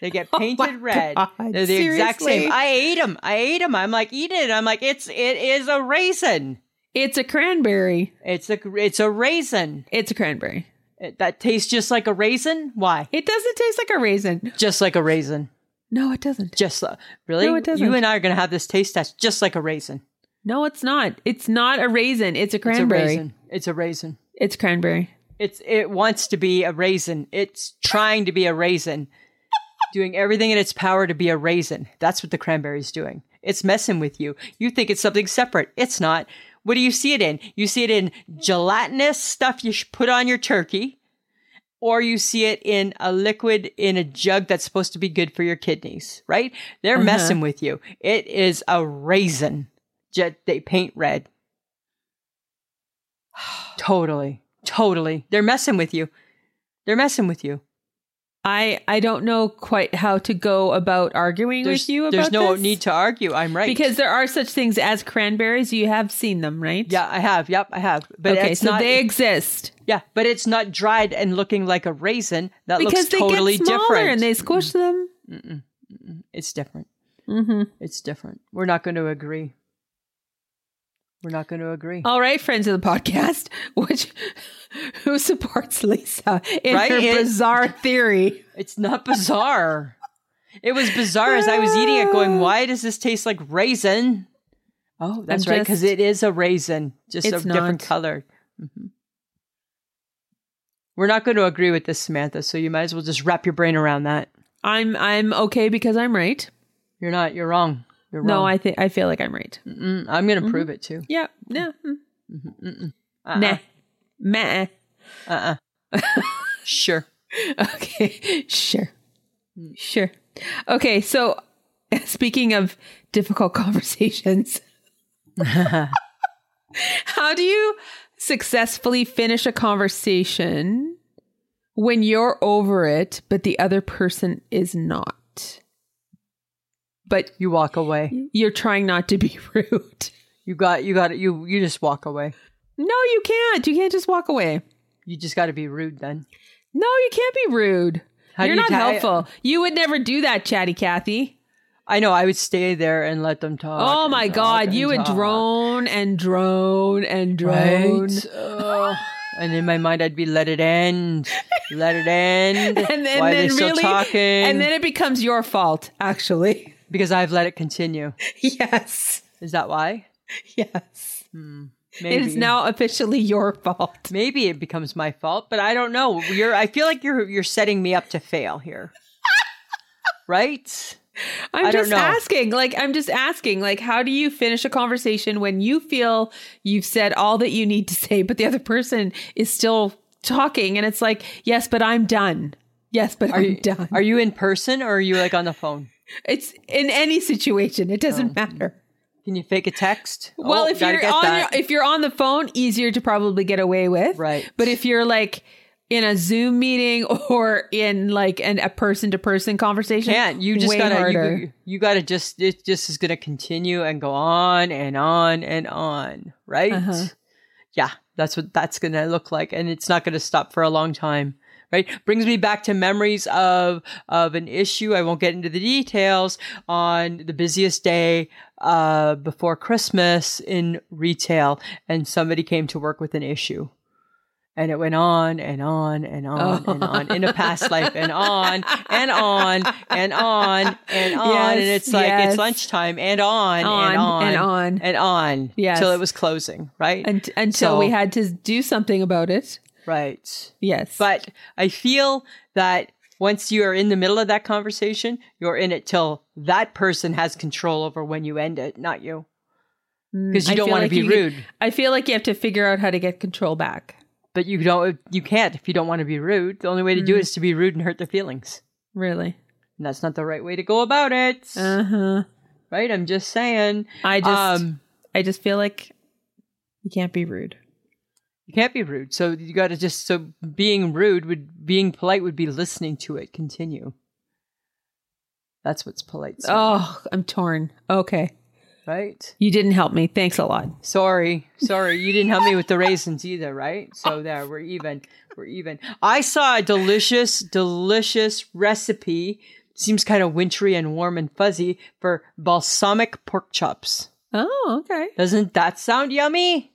[SPEAKER 1] They get
[SPEAKER 2] Oh my
[SPEAKER 1] painted red.
[SPEAKER 2] God,
[SPEAKER 1] They're the exact
[SPEAKER 2] seriously?
[SPEAKER 1] same. I ate them. I ate them. I'm like, eat it. I'm like, it's it is a raisin.
[SPEAKER 2] It's a cranberry.
[SPEAKER 1] It's a it's a raisin.
[SPEAKER 2] It's a cranberry.
[SPEAKER 1] It- that tastes just like a raisin. Why?
[SPEAKER 2] It doesn't taste like a raisin.
[SPEAKER 1] Just like a raisin.
[SPEAKER 2] No, it doesn't.
[SPEAKER 1] Just uh, really?
[SPEAKER 2] No, it doesn't.
[SPEAKER 1] You and I are going to have this taste test just like a raisin.
[SPEAKER 2] No, it's not. It's not a raisin.
[SPEAKER 1] It's
[SPEAKER 2] It's a
[SPEAKER 1] a
[SPEAKER 2] cranberry. It's,
[SPEAKER 1] raisin. It's a raisin.
[SPEAKER 2] cranberry.
[SPEAKER 1] It's it wants to be a raisin. It's trying to be a raisin. doing everything in its power to be a raisin. That's what the cranberry's doing. It's messing with you. You think it's something separate. It's not. What do you see it in? You see it in gelatinous stuff you sh- put on your turkey, or you see it in a liquid in a jug that's supposed to be good for your kidneys, right? They're messing with you. It is a raisin. Jet they paint red. totally. Totally. They're messing with you. They're messing with you.
[SPEAKER 2] I I don't know quite how to go about arguing
[SPEAKER 1] There's,
[SPEAKER 2] with you about
[SPEAKER 1] there's no
[SPEAKER 2] this.
[SPEAKER 1] need to argue. I'm right.
[SPEAKER 2] because there are such things as cranberries. You have seen them, right?
[SPEAKER 1] Yeah, I have. Yep, I have. But
[SPEAKER 2] okay,
[SPEAKER 1] it's
[SPEAKER 2] so
[SPEAKER 1] not.
[SPEAKER 2] they exist
[SPEAKER 1] yeah, but it's not dried and looking like a raisin. That
[SPEAKER 2] because
[SPEAKER 1] looks
[SPEAKER 2] they
[SPEAKER 1] totally
[SPEAKER 2] get smaller
[SPEAKER 1] different.
[SPEAKER 2] and they squish them.
[SPEAKER 1] it's different. Mm-hmm. It's different. We're not going to agree. We're not going to agree.
[SPEAKER 2] All right, friends of the podcast, which who supports Lisa in
[SPEAKER 1] Right?
[SPEAKER 2] her
[SPEAKER 1] It-
[SPEAKER 2] bizarre theory?
[SPEAKER 1] It's not bizarre. it was bizarre as I was eating it, going, "Why does this taste like raisin?" Oh, that's right, because
[SPEAKER 2] just-
[SPEAKER 1] it is a raisin, just a
[SPEAKER 2] It's
[SPEAKER 1] different
[SPEAKER 2] not.
[SPEAKER 1] color. Mhm. We're not going to agree with this, Samantha. So you might as well just wrap your brain around that.
[SPEAKER 2] I'm I'm okay because I'm right.
[SPEAKER 1] You're not. You're wrong. You're wrong.
[SPEAKER 2] No, I think I Mm-hmm. feel like I'm right.
[SPEAKER 1] Mm, I'm going to prove it too.
[SPEAKER 2] Yeah, no,
[SPEAKER 1] Uh-uh.
[SPEAKER 2] nah, meh.
[SPEAKER 1] Sure.
[SPEAKER 2] Okay, sure,
[SPEAKER 1] Hmm.
[SPEAKER 2] sure. Okay, so speaking of difficult conversations, how do you successfully finish a conversation when you're over it, but the other person is not? But
[SPEAKER 1] You walk away.
[SPEAKER 2] you're trying not to be rude.
[SPEAKER 1] You got. You got it. You. You just walk away.
[SPEAKER 2] No, you can't. You can't just walk away.
[SPEAKER 1] You just got to be rude then.
[SPEAKER 2] No, you can't be rude.
[SPEAKER 1] How do
[SPEAKER 2] You're
[SPEAKER 1] you
[SPEAKER 2] not
[SPEAKER 1] ta-
[SPEAKER 2] helpful. You would never do that, chatty Kathy.
[SPEAKER 1] I know. I would stay there and let them talk.
[SPEAKER 2] oh
[SPEAKER 1] and
[SPEAKER 2] my
[SPEAKER 1] talk
[SPEAKER 2] God.
[SPEAKER 1] and
[SPEAKER 2] You would
[SPEAKER 1] talk.
[SPEAKER 2] drone and drone and drone.
[SPEAKER 1] Right. Ugh. and in my mind, I'd be let it end, let it end.
[SPEAKER 2] And then,
[SPEAKER 1] Why are
[SPEAKER 2] then
[SPEAKER 1] they still
[SPEAKER 2] really,
[SPEAKER 1] talking?
[SPEAKER 2] and then it becomes your fault, actually.
[SPEAKER 1] because I've let it continue.
[SPEAKER 2] Yes.
[SPEAKER 1] Is that why?
[SPEAKER 2] Yes.
[SPEAKER 1] Maybe
[SPEAKER 2] It is now officially your fault.
[SPEAKER 1] Maybe it becomes my fault, but I don't know. You're. I feel like you're. You're setting me up to fail here. right.
[SPEAKER 2] I'm
[SPEAKER 1] I don't
[SPEAKER 2] just
[SPEAKER 1] know.
[SPEAKER 2] asking. Like, I'm just asking, like, how do you finish a conversation when you feel you've said all that you need to say, but the other person is still talking? And it's like, yes, but I'm done. Yes, but
[SPEAKER 1] Are
[SPEAKER 2] I'm
[SPEAKER 1] you
[SPEAKER 2] done.
[SPEAKER 1] Are you in person or are you like on the phone?
[SPEAKER 2] it's in any situation. It doesn't
[SPEAKER 1] Oh.
[SPEAKER 2] matter.
[SPEAKER 1] Can you fake a text?
[SPEAKER 2] Well,
[SPEAKER 1] Oh,
[SPEAKER 2] if
[SPEAKER 1] gotta
[SPEAKER 2] you're
[SPEAKER 1] get
[SPEAKER 2] on your,
[SPEAKER 1] that.
[SPEAKER 2] if you're on the phone, easier to probably get away with.
[SPEAKER 1] Right.
[SPEAKER 2] But if you're like in a Zoom meeting or in like an, a person to person conversation.
[SPEAKER 1] can't. You just
[SPEAKER 2] way
[SPEAKER 1] gotta.
[SPEAKER 2] harder.
[SPEAKER 1] You, you gotta just. It just is gonna continue and go on and on and on, right?
[SPEAKER 2] Uh-huh.
[SPEAKER 1] Yeah, that's what that's gonna look like, and it's not gonna stop for a long time, right? Brings me back to memories of of an issue. I won't get into the details on the busiest day uh, before Christmas in retail, and somebody came to work with an issue. And it went on and on and on and
[SPEAKER 2] Oh.
[SPEAKER 1] on in a past life and on and on and on and on. and
[SPEAKER 2] Yes,
[SPEAKER 1] it's like
[SPEAKER 2] yes.
[SPEAKER 1] it's lunchtime and on, and
[SPEAKER 2] On
[SPEAKER 1] on
[SPEAKER 2] and on.
[SPEAKER 1] and on.
[SPEAKER 2] Yes.
[SPEAKER 1] Till it was closing, right?
[SPEAKER 2] Unt- until
[SPEAKER 1] So-
[SPEAKER 2] we had to do something about it.
[SPEAKER 1] Right.
[SPEAKER 2] Yes.
[SPEAKER 1] But I feel that once you are in the middle of that conversation, you're in it till that person has control over when you end it, not you. Because you
[SPEAKER 2] Mm, I
[SPEAKER 1] don't
[SPEAKER 2] feel
[SPEAKER 1] want
[SPEAKER 2] like
[SPEAKER 1] to be
[SPEAKER 2] you could-
[SPEAKER 1] rude.
[SPEAKER 2] I feel like you have to figure out how to get control back.
[SPEAKER 1] But you don't you can't if you don't want to be rude. The only way to
[SPEAKER 2] Mm.
[SPEAKER 1] do it is to be rude and hurt their feelings.
[SPEAKER 2] Really.
[SPEAKER 1] And that's not the right way to go about it.
[SPEAKER 2] Uh huh.
[SPEAKER 1] right? I'm just saying.
[SPEAKER 2] I just,
[SPEAKER 1] um,
[SPEAKER 2] I just feel like you can't be rude.
[SPEAKER 1] you can't be rude. So you got to just so being rude would being polite would be listening to it continue. That's what's polite, so-
[SPEAKER 2] Oh, I'm torn. Okay.
[SPEAKER 1] right?
[SPEAKER 2] You didn't help me. Thanks a lot.
[SPEAKER 1] Sorry, sorry, you didn't help me with the raisins either, right? So there, we're even. We're even. I saw a delicious, delicious recipe. Seems kind of wintry and warm and fuzzy for balsamic pork chops.
[SPEAKER 2] Oh, okay.
[SPEAKER 1] Doesn't that sound yummy?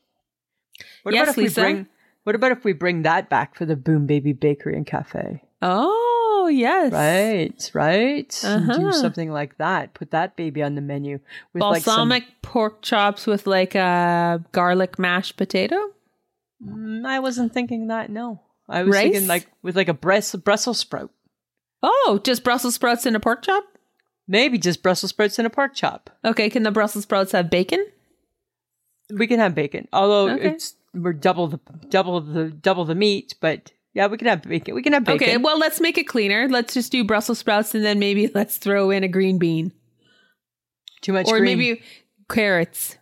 [SPEAKER 1] What
[SPEAKER 2] Yes,
[SPEAKER 1] about if
[SPEAKER 2] Lisa.
[SPEAKER 1] we bring What about if we bring that back for the Boom Baby Bakery and Cafe?
[SPEAKER 2] Oh, yes.
[SPEAKER 1] Right, right. And
[SPEAKER 2] Uh-huh.
[SPEAKER 1] Do something like that. Put that baby on the menu with
[SPEAKER 2] Balsamic pork chops with like a garlic mashed potato.
[SPEAKER 1] Like some, Mm, I wasn't thinking that. No, I was
[SPEAKER 2] Rice?
[SPEAKER 1] thinking like with like a Brus- Brussels sprout.
[SPEAKER 2] Oh, just Brussels sprouts and a pork chop?
[SPEAKER 1] Maybe just Brussels sprouts and a pork chop.
[SPEAKER 2] Okay. Can the Brussels sprouts have bacon?
[SPEAKER 1] We can have bacon, although
[SPEAKER 2] Okay.
[SPEAKER 1] it's we're double the double the double the meat. But yeah, we can have bacon. We can have bacon.
[SPEAKER 2] Okay. Well, let's make it cleaner. Let's just do Brussels sprouts and then maybe let's throw in a green bean
[SPEAKER 1] Too much
[SPEAKER 2] or
[SPEAKER 1] green.
[SPEAKER 2] maybe carrots.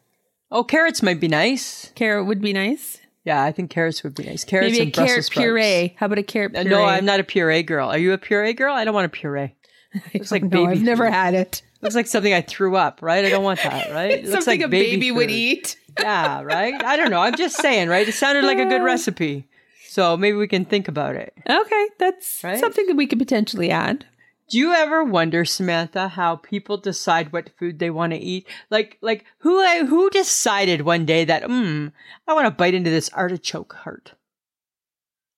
[SPEAKER 1] oh, carrots might be nice.
[SPEAKER 2] Carrot would be nice.
[SPEAKER 1] Yeah, I think carrots would be nice. Carrots
[SPEAKER 2] maybe a
[SPEAKER 1] and Brussels
[SPEAKER 2] carrot
[SPEAKER 1] sprouts.
[SPEAKER 2] puree. How about a carrot
[SPEAKER 1] Uh,
[SPEAKER 2] puree?
[SPEAKER 1] No, I'm not a puree girl. Are you a puree girl? I don't want a puree. Looks like
[SPEAKER 2] No,
[SPEAKER 1] baby.
[SPEAKER 2] I've never
[SPEAKER 1] food.
[SPEAKER 2] had it.
[SPEAKER 1] Looks like something I threw up. Right? I don't want that. Right? It looks
[SPEAKER 2] Something
[SPEAKER 1] like
[SPEAKER 2] a baby, would
[SPEAKER 1] food.
[SPEAKER 2] eat.
[SPEAKER 1] Yeah. Right. I don't know. I'm just saying. Right? It sounded like a good recipe. So maybe we can think about it.
[SPEAKER 2] Okay, that's
[SPEAKER 1] Right?
[SPEAKER 2] something that we could potentially add.
[SPEAKER 1] Do you ever wonder, Samantha, how people decide what food they want to eat? Like, like who who decided one day that, hmm, I want to bite into this artichoke heart?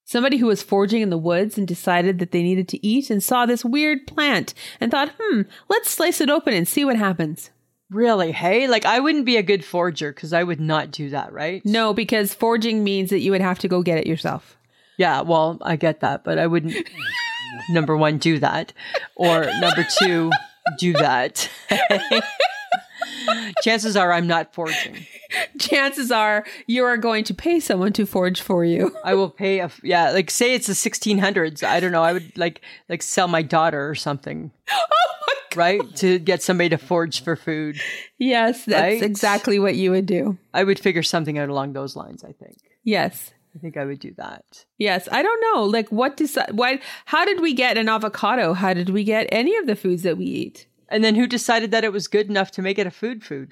[SPEAKER 2] Somebody who was foraging in the woods and decided that they needed to eat and saw this weird plant and thought, hmm, let's slice it open and see what happens.
[SPEAKER 1] Really? Hey, like I wouldn't be a good forger because I would not do that, right?
[SPEAKER 2] No, because foraging means that you would have to go get it yourself.
[SPEAKER 1] Yeah, well, I get that, but I wouldn't number one do that, or number two do that. Chances are I'm not forging.
[SPEAKER 2] Chances are you are going to pay someone to forage for you.
[SPEAKER 1] I will pay a yeah, like say it's the 1600s. I don't know. I would like like sell my daughter or something, right, to get somebody to forge for food.
[SPEAKER 2] yes, that's
[SPEAKER 1] Right?
[SPEAKER 2] exactly what you would do.
[SPEAKER 1] I would figure something out along those lines. I think.
[SPEAKER 2] Yes.
[SPEAKER 1] I think I would do that.
[SPEAKER 2] Yes, I don't know. Like, what deci- why? How did we get an avocado? How did we get any of the foods that we eat?
[SPEAKER 1] And then who decided that it was good enough to make it a food food?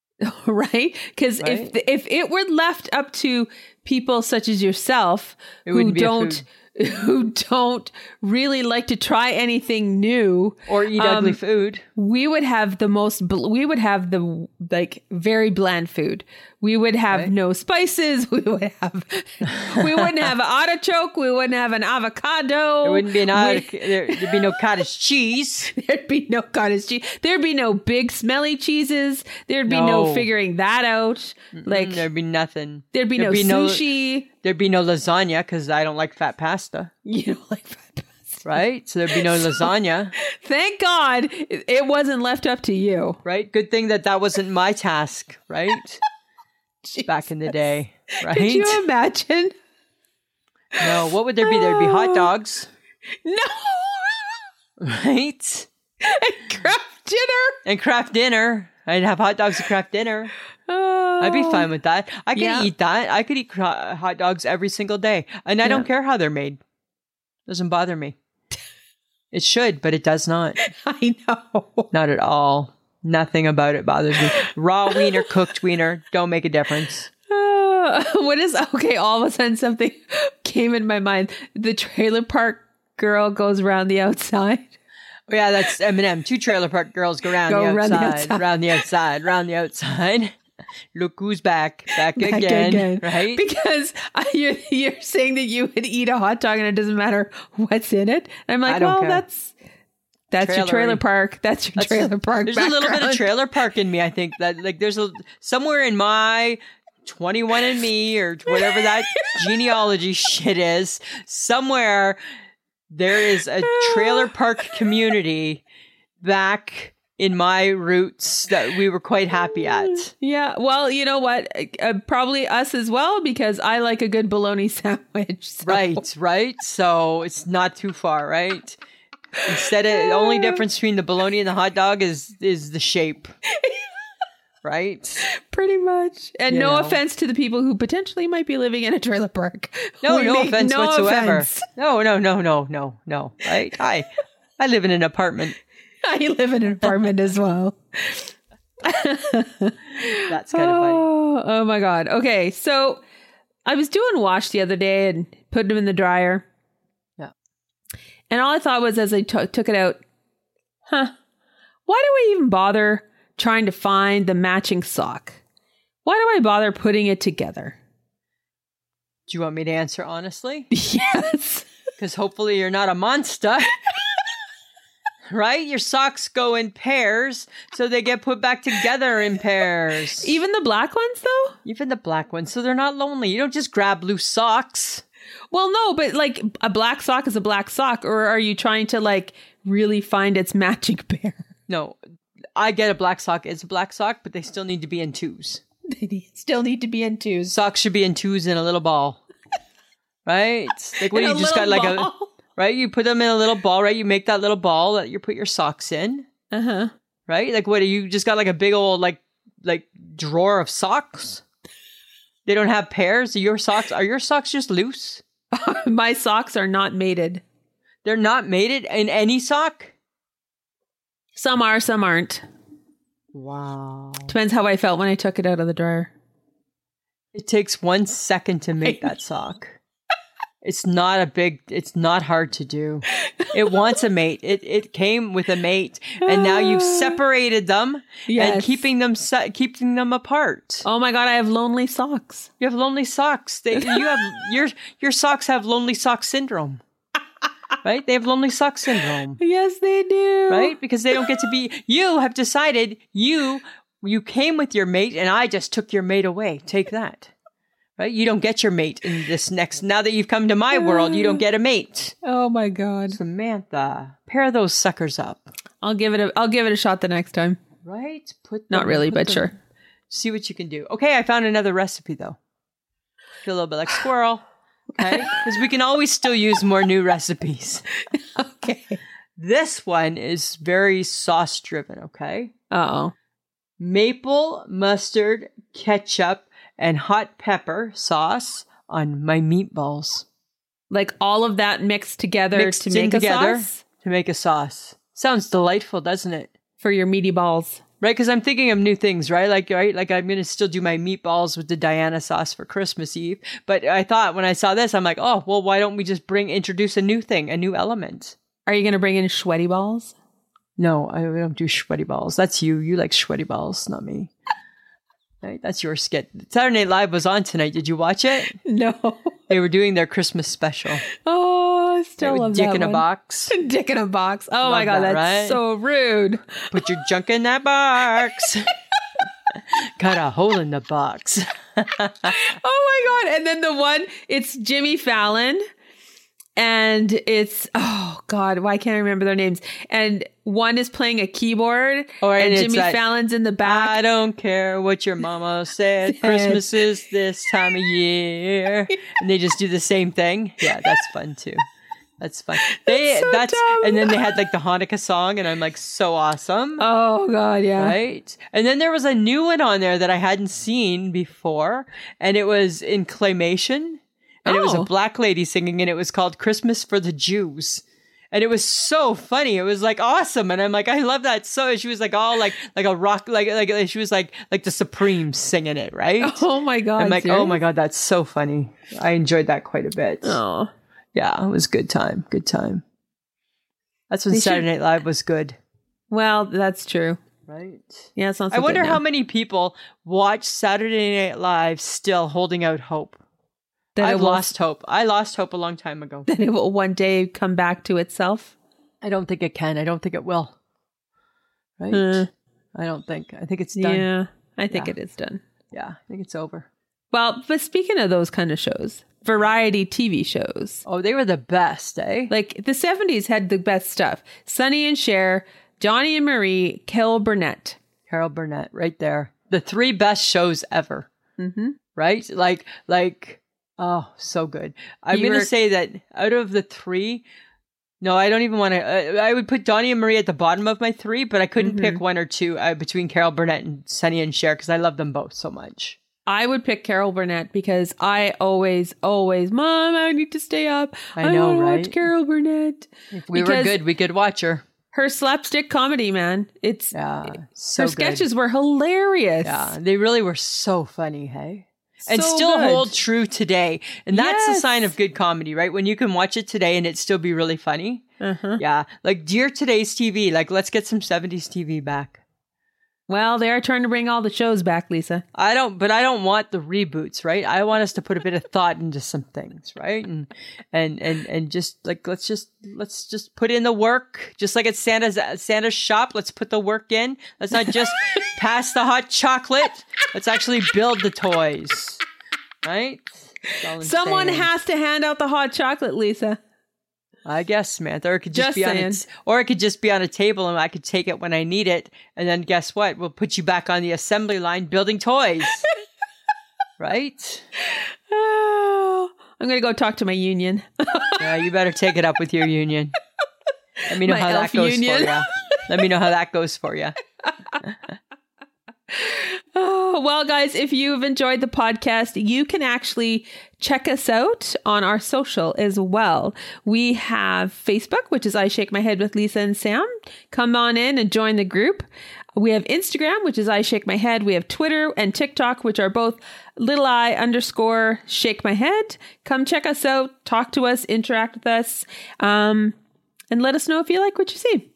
[SPEAKER 2] right? Because if
[SPEAKER 1] Right.
[SPEAKER 2] the, if it were left up to people such as yourself who
[SPEAKER 1] wouldn't be a
[SPEAKER 2] don't
[SPEAKER 1] food.
[SPEAKER 2] who don't really like to try anything new,
[SPEAKER 1] Or eat ugly food.
[SPEAKER 2] we would have the most bl- we would have the like very bland food. We would have no spices. We would have we wouldn't have artichoke. We wouldn't have an avocado.
[SPEAKER 1] There wouldn't be an
[SPEAKER 2] We-
[SPEAKER 1] odd, there, would be no cottage cheese.
[SPEAKER 2] There'd be no cottage cheese. There'd be no big smelly cheeses. There'd be no,
[SPEAKER 1] No.
[SPEAKER 2] figuring that out. Like
[SPEAKER 1] There'd be nothing.
[SPEAKER 2] There'd be no sushi.
[SPEAKER 1] There'd be no lasagna because I don't like fat pasta,
[SPEAKER 2] You know, like fat pasta.
[SPEAKER 1] right? So there'd be no lasagna,
[SPEAKER 2] Thank God it it wasn't left up to you.
[SPEAKER 1] right? Good thing that that wasn't my task, right? Back in the day, right?
[SPEAKER 2] Could you imagine?
[SPEAKER 1] no, what would there be? There'd be
[SPEAKER 2] Oh.
[SPEAKER 1] hot dogs,
[SPEAKER 2] No.
[SPEAKER 1] right?
[SPEAKER 2] Crap dinner.
[SPEAKER 1] And craft dinner. I'd have hot dogs and craft dinner.
[SPEAKER 2] Oh,
[SPEAKER 1] I'd be fine with that. I could
[SPEAKER 2] Yeah.
[SPEAKER 1] eat that. I could eat cro- hot dogs every single day, and I don't care how they're made. Doesn't bother me. It should, but it does not.
[SPEAKER 2] I know.
[SPEAKER 1] Not at all. Nothing about it bothers me. Raw wiener, cooked wiener, don't make a difference.
[SPEAKER 2] Uh, what is okay? All of a sudden, something came in my mind. The trailer park girl goes around the outside.
[SPEAKER 1] Oh, Yeah, that's Eminem. Two trailer park girls go round
[SPEAKER 2] Go
[SPEAKER 1] the
[SPEAKER 2] round the
[SPEAKER 1] outside,
[SPEAKER 2] outside.
[SPEAKER 1] round the outside, round the outside. Look who's back, back,
[SPEAKER 2] Back
[SPEAKER 1] again, right?
[SPEAKER 2] Because uh, you're you're saying that you would eat a hot dog and it doesn't matter what's in it. And I'm like,
[SPEAKER 1] I don't
[SPEAKER 2] well,
[SPEAKER 1] care.
[SPEAKER 2] that's that's your
[SPEAKER 1] Trailery.
[SPEAKER 2] trailer park. That's your
[SPEAKER 1] That's-
[SPEAKER 2] trailer park.
[SPEAKER 1] There's a little bit of
[SPEAKER 2] background.
[SPEAKER 1] trailer park in me. I think that like there's a somewhere in my 21 and me or whatever that genealogy shit is. Somewhere there is a trailer park community back in my roots that we were quite happy at.
[SPEAKER 2] Yeah, well, you know what? Uh, probably us as well because I like a good bologna sandwich. so-
[SPEAKER 1] Right, right. So it's not too far, right? Instead of the only difference between the bologna and the hot dog is is the shape. Right?
[SPEAKER 2] Pretty much. And
[SPEAKER 1] You
[SPEAKER 2] no
[SPEAKER 1] know.
[SPEAKER 2] offense to the people who potentially might be living in a trailer park.
[SPEAKER 1] No,
[SPEAKER 2] We
[SPEAKER 1] no
[SPEAKER 2] make
[SPEAKER 1] offense whatsoever.
[SPEAKER 2] offense.
[SPEAKER 1] No, no, no, no, no, no. Right? I, I live in an apartment.
[SPEAKER 2] I live in an apartment as well.
[SPEAKER 1] That's kind of funny.
[SPEAKER 2] Oh, oh my god. Okay, so I was doing wash the other day and putting them in the dryer.
[SPEAKER 1] Yeah.
[SPEAKER 2] And all I thought was as I to- took it out, huh? Why do I even bother trying to find the matching sock? Why do I bother putting it together?
[SPEAKER 1] Do you want me to answer honestly?
[SPEAKER 2] Yes.
[SPEAKER 1] Because hopefully you're not a monster. right? Your socks go in pairs, so they get put back together in pairs.
[SPEAKER 2] Even the black ones though?
[SPEAKER 1] Even the black ones, so they're not lonely. You don't just grab loose socks.
[SPEAKER 2] Well, no, but like a black sock is a black sock or are you trying to like really find its matching pair?
[SPEAKER 1] No, I get a black sock is a black sock, but they still need to be in twos.
[SPEAKER 2] They need- still need to be in twos.
[SPEAKER 1] Socks should be in twos in a little ball. Right? Like what
[SPEAKER 2] In
[SPEAKER 1] you
[SPEAKER 2] a
[SPEAKER 1] just got
[SPEAKER 2] little
[SPEAKER 1] like a
[SPEAKER 2] ball.
[SPEAKER 1] right? You put them in a little ball, right? You make that little ball that you put your socks in,
[SPEAKER 2] Uh-huh.
[SPEAKER 1] right? Like what? You just got like a big old like like drawer of socks. They don't have pairs. Your socks are your socks just loose?
[SPEAKER 2] My socks are not mated.
[SPEAKER 1] They're not mated in any sock.
[SPEAKER 2] Some are, some aren't.
[SPEAKER 1] Wow!
[SPEAKER 2] Depends how I felt when I took it out of the dryer.
[SPEAKER 1] It takes one second to make that sock. It's not a big. It's not hard to do. It wants a mate. It it came with a mate, and now you've separated them and
[SPEAKER 2] Yes.
[SPEAKER 1] keeping them se- keeping them apart.
[SPEAKER 2] Oh my god, I have lonely socks.
[SPEAKER 1] You have lonely socks. They, you have your your socks have lonely sock syndrome, right? They have lonely sock syndrome,
[SPEAKER 2] Yes, they do.
[SPEAKER 1] right? Because they don't get to be. You have decided you you came with your mate, and I just took your mate away. Take that, right? You don't get your mate in this next. Now that you've come to my world, you don't get a mate.
[SPEAKER 2] Oh my god.
[SPEAKER 1] Samantha, pair those suckers up,
[SPEAKER 2] I'll give it a I'll give it a shot the next time.
[SPEAKER 1] right? Put
[SPEAKER 2] Not
[SPEAKER 1] them-
[SPEAKER 2] really,
[SPEAKER 1] put
[SPEAKER 2] but
[SPEAKER 1] them-
[SPEAKER 2] sure.
[SPEAKER 1] See what you can do. Okay, I found another recipe though. Feel a little bit like squirrel. Okay. Because we can always still use more new recipes.
[SPEAKER 2] Okay.
[SPEAKER 1] This one is very sauce driven, okay?
[SPEAKER 2] Uh oh.
[SPEAKER 1] Maple, mustard, ketchup, and hot pepper sauce on my meatballs.
[SPEAKER 2] Like all of that mixed together
[SPEAKER 1] Mixed
[SPEAKER 2] to
[SPEAKER 1] in
[SPEAKER 2] make
[SPEAKER 1] together
[SPEAKER 2] a sauce
[SPEAKER 1] to make a sauce. Sounds delightful, doesn't it?
[SPEAKER 2] for your meaty balls.
[SPEAKER 1] Right, because I'm thinking of new things, right? Like, right, like I'm gonna still do my meatballs with the Diana sauce for Christmas Eve. But I thought when I saw this, I'm like, oh, well, why don't we just bring introduce a new thing, a new element?
[SPEAKER 2] Are you gonna bring in sweaty balls?
[SPEAKER 1] No, I we don't do sweaty balls. That's you. You like sweaty balls, not me. right, that's your skit. Saturday Night Live was on tonight. Did you watch it?
[SPEAKER 2] No.
[SPEAKER 1] They were doing their Christmas special.
[SPEAKER 2] Oh, I
[SPEAKER 1] Right,
[SPEAKER 2] still love
[SPEAKER 1] with Dick
[SPEAKER 2] that
[SPEAKER 1] in a
[SPEAKER 2] one.
[SPEAKER 1] box.
[SPEAKER 2] Dick in a box. Oh my god,
[SPEAKER 1] that,
[SPEAKER 2] that's
[SPEAKER 1] right?
[SPEAKER 2] so rude.
[SPEAKER 1] Put your junk in that box. Got a hole in the box.
[SPEAKER 2] Oh my god! And then the one it's Jimmy Fallon, and it's oh god, why can't I remember their names? And one is playing a keyboard,
[SPEAKER 1] Or
[SPEAKER 2] and
[SPEAKER 1] Oh, it's
[SPEAKER 2] Jimmy
[SPEAKER 1] like,
[SPEAKER 2] Fallon's in the
[SPEAKER 1] I
[SPEAKER 2] back.
[SPEAKER 1] don't care what your mama said. Christmas is this time of year. And they just do the same thing. Yeah, that's fun too. That's fun. They
[SPEAKER 2] so
[SPEAKER 1] that's
[SPEAKER 2] dumb.
[SPEAKER 1] and then they had like the Hanukkah song, and I'm like so awesome,
[SPEAKER 2] Oh god, yeah.
[SPEAKER 1] right? And then there was a new one on there that I hadn't seen before, and it was in claymation, and it was a
[SPEAKER 2] Oh.
[SPEAKER 1] black lady singing, and it was called "Christmas for the Jews." And it was so funny. It was like awesome, and I'm like, I love that. So she was like all like like a rock, like like she was like like the Supreme singing it, right?
[SPEAKER 2] Oh my god.
[SPEAKER 1] I'm like, oh my
[SPEAKER 2] seriously?
[SPEAKER 1] god, that's so funny. I enjoyed that quite a bit.
[SPEAKER 2] Oh.
[SPEAKER 1] Yeah, it was good time. Good time. That's when
[SPEAKER 2] They should-
[SPEAKER 1] Saturday Night Live was good,
[SPEAKER 2] Well, that's true.
[SPEAKER 1] right?
[SPEAKER 2] Yeah, it's not. So
[SPEAKER 1] I wonder
[SPEAKER 2] good
[SPEAKER 1] how
[SPEAKER 2] now.
[SPEAKER 1] many people watch Saturday Night Live still holding out hope.
[SPEAKER 2] That it
[SPEAKER 1] I've
[SPEAKER 2] will-
[SPEAKER 1] lost hope. I lost hope a long time ago.
[SPEAKER 2] That it will one day come back to itself.
[SPEAKER 1] I don't think it can. I don't think it will. Right?
[SPEAKER 2] Uh.
[SPEAKER 1] I don't think. I think it's done. Hmm. Yeah,
[SPEAKER 2] Yeah, I think
[SPEAKER 1] Yeah.
[SPEAKER 2] it is done.
[SPEAKER 1] I think it's over.
[SPEAKER 2] Well, but speaking of those kind of shows, variety TV shows,
[SPEAKER 1] Oh, they were the best, eh?
[SPEAKER 2] like the '70s had the best stuff: Sonny and Cher, Johnny and Marie, Carol Burnett.
[SPEAKER 1] Carol Burnett, right there. The three best shows ever.
[SPEAKER 2] Mm-hmm.
[SPEAKER 1] right? Like, like, oh, so good. I'm
[SPEAKER 2] You
[SPEAKER 1] gonna
[SPEAKER 2] were-
[SPEAKER 1] say that out of the three, no, I don't even want to. Uh, I would put Donnie and Marie at the bottom of my three, but I couldn't pick
[SPEAKER 2] Mm-hmm.
[SPEAKER 1] one or two uh, between Carol Burnett and Sunny and Cher because I love them both so much.
[SPEAKER 2] I would pick Carol Burnett because I always, always, Mom, I need to stay up.
[SPEAKER 1] I know,
[SPEAKER 2] wanna
[SPEAKER 1] right?
[SPEAKER 2] Watch Carol Burnett.
[SPEAKER 1] If we were
[SPEAKER 2] Because-
[SPEAKER 1] good, we could watch her.
[SPEAKER 2] Her slapstick comedy, man. It's
[SPEAKER 1] Yeah, so
[SPEAKER 2] her
[SPEAKER 1] good.
[SPEAKER 2] sketches were hilarious.
[SPEAKER 1] Yeah, they really were so funny, hey? And
[SPEAKER 2] So
[SPEAKER 1] still
[SPEAKER 2] good.
[SPEAKER 1] hold true today. And that's the
[SPEAKER 2] Yes.
[SPEAKER 1] sign of good comedy, right? When you can watch it today and it still be really funny.
[SPEAKER 2] Uh-huh.
[SPEAKER 1] Yeah. Like, dear today's TV, like, let's get some 70s TV back.
[SPEAKER 2] Well, they are trying to bring all the shows back, Lisa.
[SPEAKER 1] I don't, but I don't want the reboots, right? I want us to put a bit of thought into some things, right? And and and and just like let's just let's just put in the work, just like at Santa's Santa's shop. Let's put the work in. Let's not just pass the hot chocolate. Let's actually build the toys, right? That's all I'm
[SPEAKER 2] Someone
[SPEAKER 1] saying.
[SPEAKER 2] has to hand out the hot chocolate, Lisa.
[SPEAKER 1] I guess, Samantha, or it could just,
[SPEAKER 2] Just
[SPEAKER 1] be on a,
[SPEAKER 2] saying.
[SPEAKER 1] t- or it could just be on a table, and I could take it when I need it. And then guess what? We'll put you back on the assembly line building toys, right?
[SPEAKER 2] Oh, I'm going to go talk to my union.
[SPEAKER 1] Yeah, you better take it up with your union. Let me know
[SPEAKER 2] My
[SPEAKER 1] how that
[SPEAKER 2] elf
[SPEAKER 1] goes
[SPEAKER 2] union.
[SPEAKER 1] for you. Let me know how that goes for you.
[SPEAKER 2] Oh, well, guys, if you've enjoyed the podcast, you can actually check us out on our social as well. We have Facebook, which is I Shake My Head with Lisa and Sam. Come on in and join the group. We have Instagram, which is I Shake My Head. We have Twitter and TikTok, which are both little I underscore shake my head. Come check us out, talk to us, interact with us, um, and let us know if you like what you see.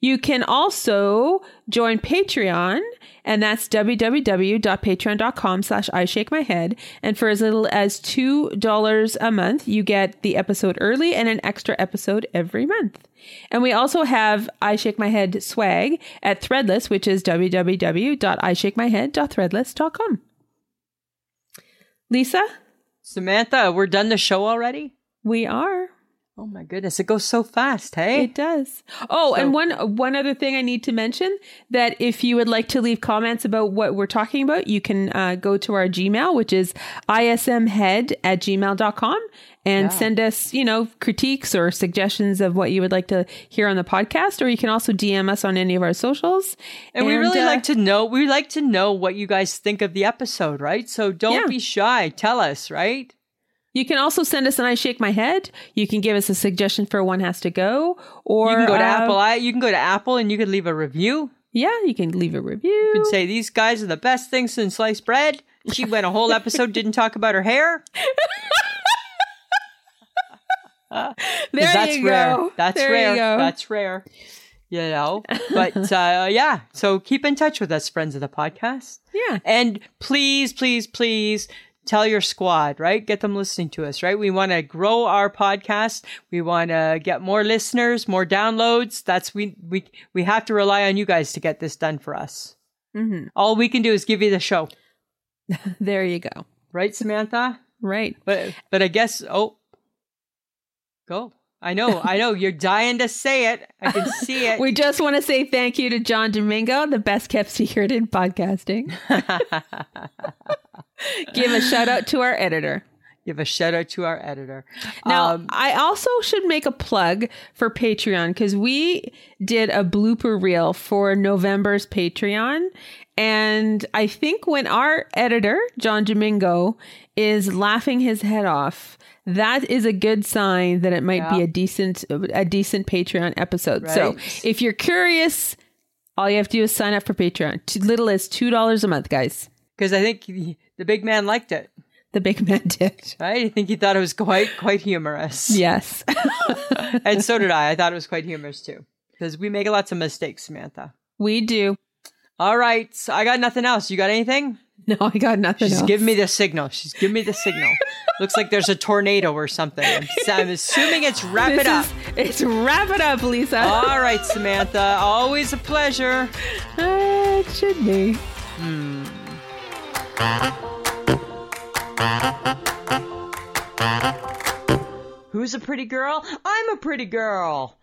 [SPEAKER 2] You can also join Patreon, and that's www.patreon.com slash I shake my head. And for as little as $2 a month, you get the episode early and an extra episode every month. And we also have I Shake My Head swag at Threadless, which is www.ishakemyhead.threadless.com. Lisa,
[SPEAKER 1] Samantha, we're done the show already?
[SPEAKER 2] we are.
[SPEAKER 1] Oh my goodness, it goes so fast, hey?
[SPEAKER 2] It does. Oh,
[SPEAKER 1] Eh. So-
[SPEAKER 2] and one one other thing I need to mention that if you would like to leave comments about what we're talking about, you can uh, go to our Gmail, which is ismhead at gmail.com and send us, you know, critiques or suggestions of what you would like to hear on the podcast, or you can also DM us on any of our socials.
[SPEAKER 1] and, we really
[SPEAKER 2] uh,
[SPEAKER 1] like to know we like to know what you guys think of the episode, right? So don't
[SPEAKER 2] Yeah.
[SPEAKER 1] be shy. Tell us, right?
[SPEAKER 2] You can also send us an I shake my head. You can give us a suggestion for one has to go, or
[SPEAKER 1] you can go to
[SPEAKER 2] uh,
[SPEAKER 1] Apple. I, you can go to Apple and you can leave a review.
[SPEAKER 2] Yeah, you can leave a review.
[SPEAKER 1] You can say these guys are the best things since sliced bread. She went a whole episode didn't talk about her hair.
[SPEAKER 2] there
[SPEAKER 1] 'Cause that's
[SPEAKER 2] you go.
[SPEAKER 1] rare. That's
[SPEAKER 2] There you
[SPEAKER 1] rare.
[SPEAKER 2] go.
[SPEAKER 1] That's rare. You know, but uh, yeah. So keep in touch with us, friends of the podcast,
[SPEAKER 2] yeah.
[SPEAKER 1] and please, please, please tell your squad. Right, get them listening to us. Right, we want to grow our podcast. We want to get more listeners, more downloads. That's we we we have to rely on you guys to get this done for us.
[SPEAKER 2] Mhm.
[SPEAKER 1] All we can do is give you the show,
[SPEAKER 2] There you go.
[SPEAKER 1] right, Samantha?
[SPEAKER 2] Right.
[SPEAKER 1] But but I guess oh go. I know, I know. You're dying to say it. I can see it.
[SPEAKER 2] We just want to say thank you to John Domingo, the best kept secret in podcasting. Give a shout out to our editor.
[SPEAKER 1] Give a shout out to our editor.
[SPEAKER 2] Now,
[SPEAKER 1] Um,
[SPEAKER 2] I also should make a plug for Patreon because we did a blooper reel for November's Patreon. And I think when our editor, John Domingo, is laughing his head off, that is a good sign that it might be a decent a decent Patreon episode. So
[SPEAKER 1] Right.
[SPEAKER 2] if you're curious, all you have to do is sign up for Patreon. Too little as two dollars a month, guys.
[SPEAKER 1] because I think he- the big man liked it,
[SPEAKER 2] The big man did.
[SPEAKER 1] right? I think he thought it was quite quite humorous.
[SPEAKER 2] Yes.
[SPEAKER 1] and so did I. I thought it was quite humorous too, because we make lots of mistakes, Samantha.
[SPEAKER 2] we do.
[SPEAKER 1] All right, so I got nothing else. You got anything?
[SPEAKER 2] No, I got nothing.
[SPEAKER 1] She's
[SPEAKER 2] else.
[SPEAKER 1] giving me the signal. She's giving me the signal. Looks like there's a tornado or something. I'm, I'm assuming it's wrap
[SPEAKER 2] This
[SPEAKER 1] it up.
[SPEAKER 2] is- it's wrap it up, Lisa.
[SPEAKER 1] All right, Samantha. Always a pleasure.
[SPEAKER 2] Uh, it should be.
[SPEAKER 1] Who's a pretty girl? I'm a pretty girl.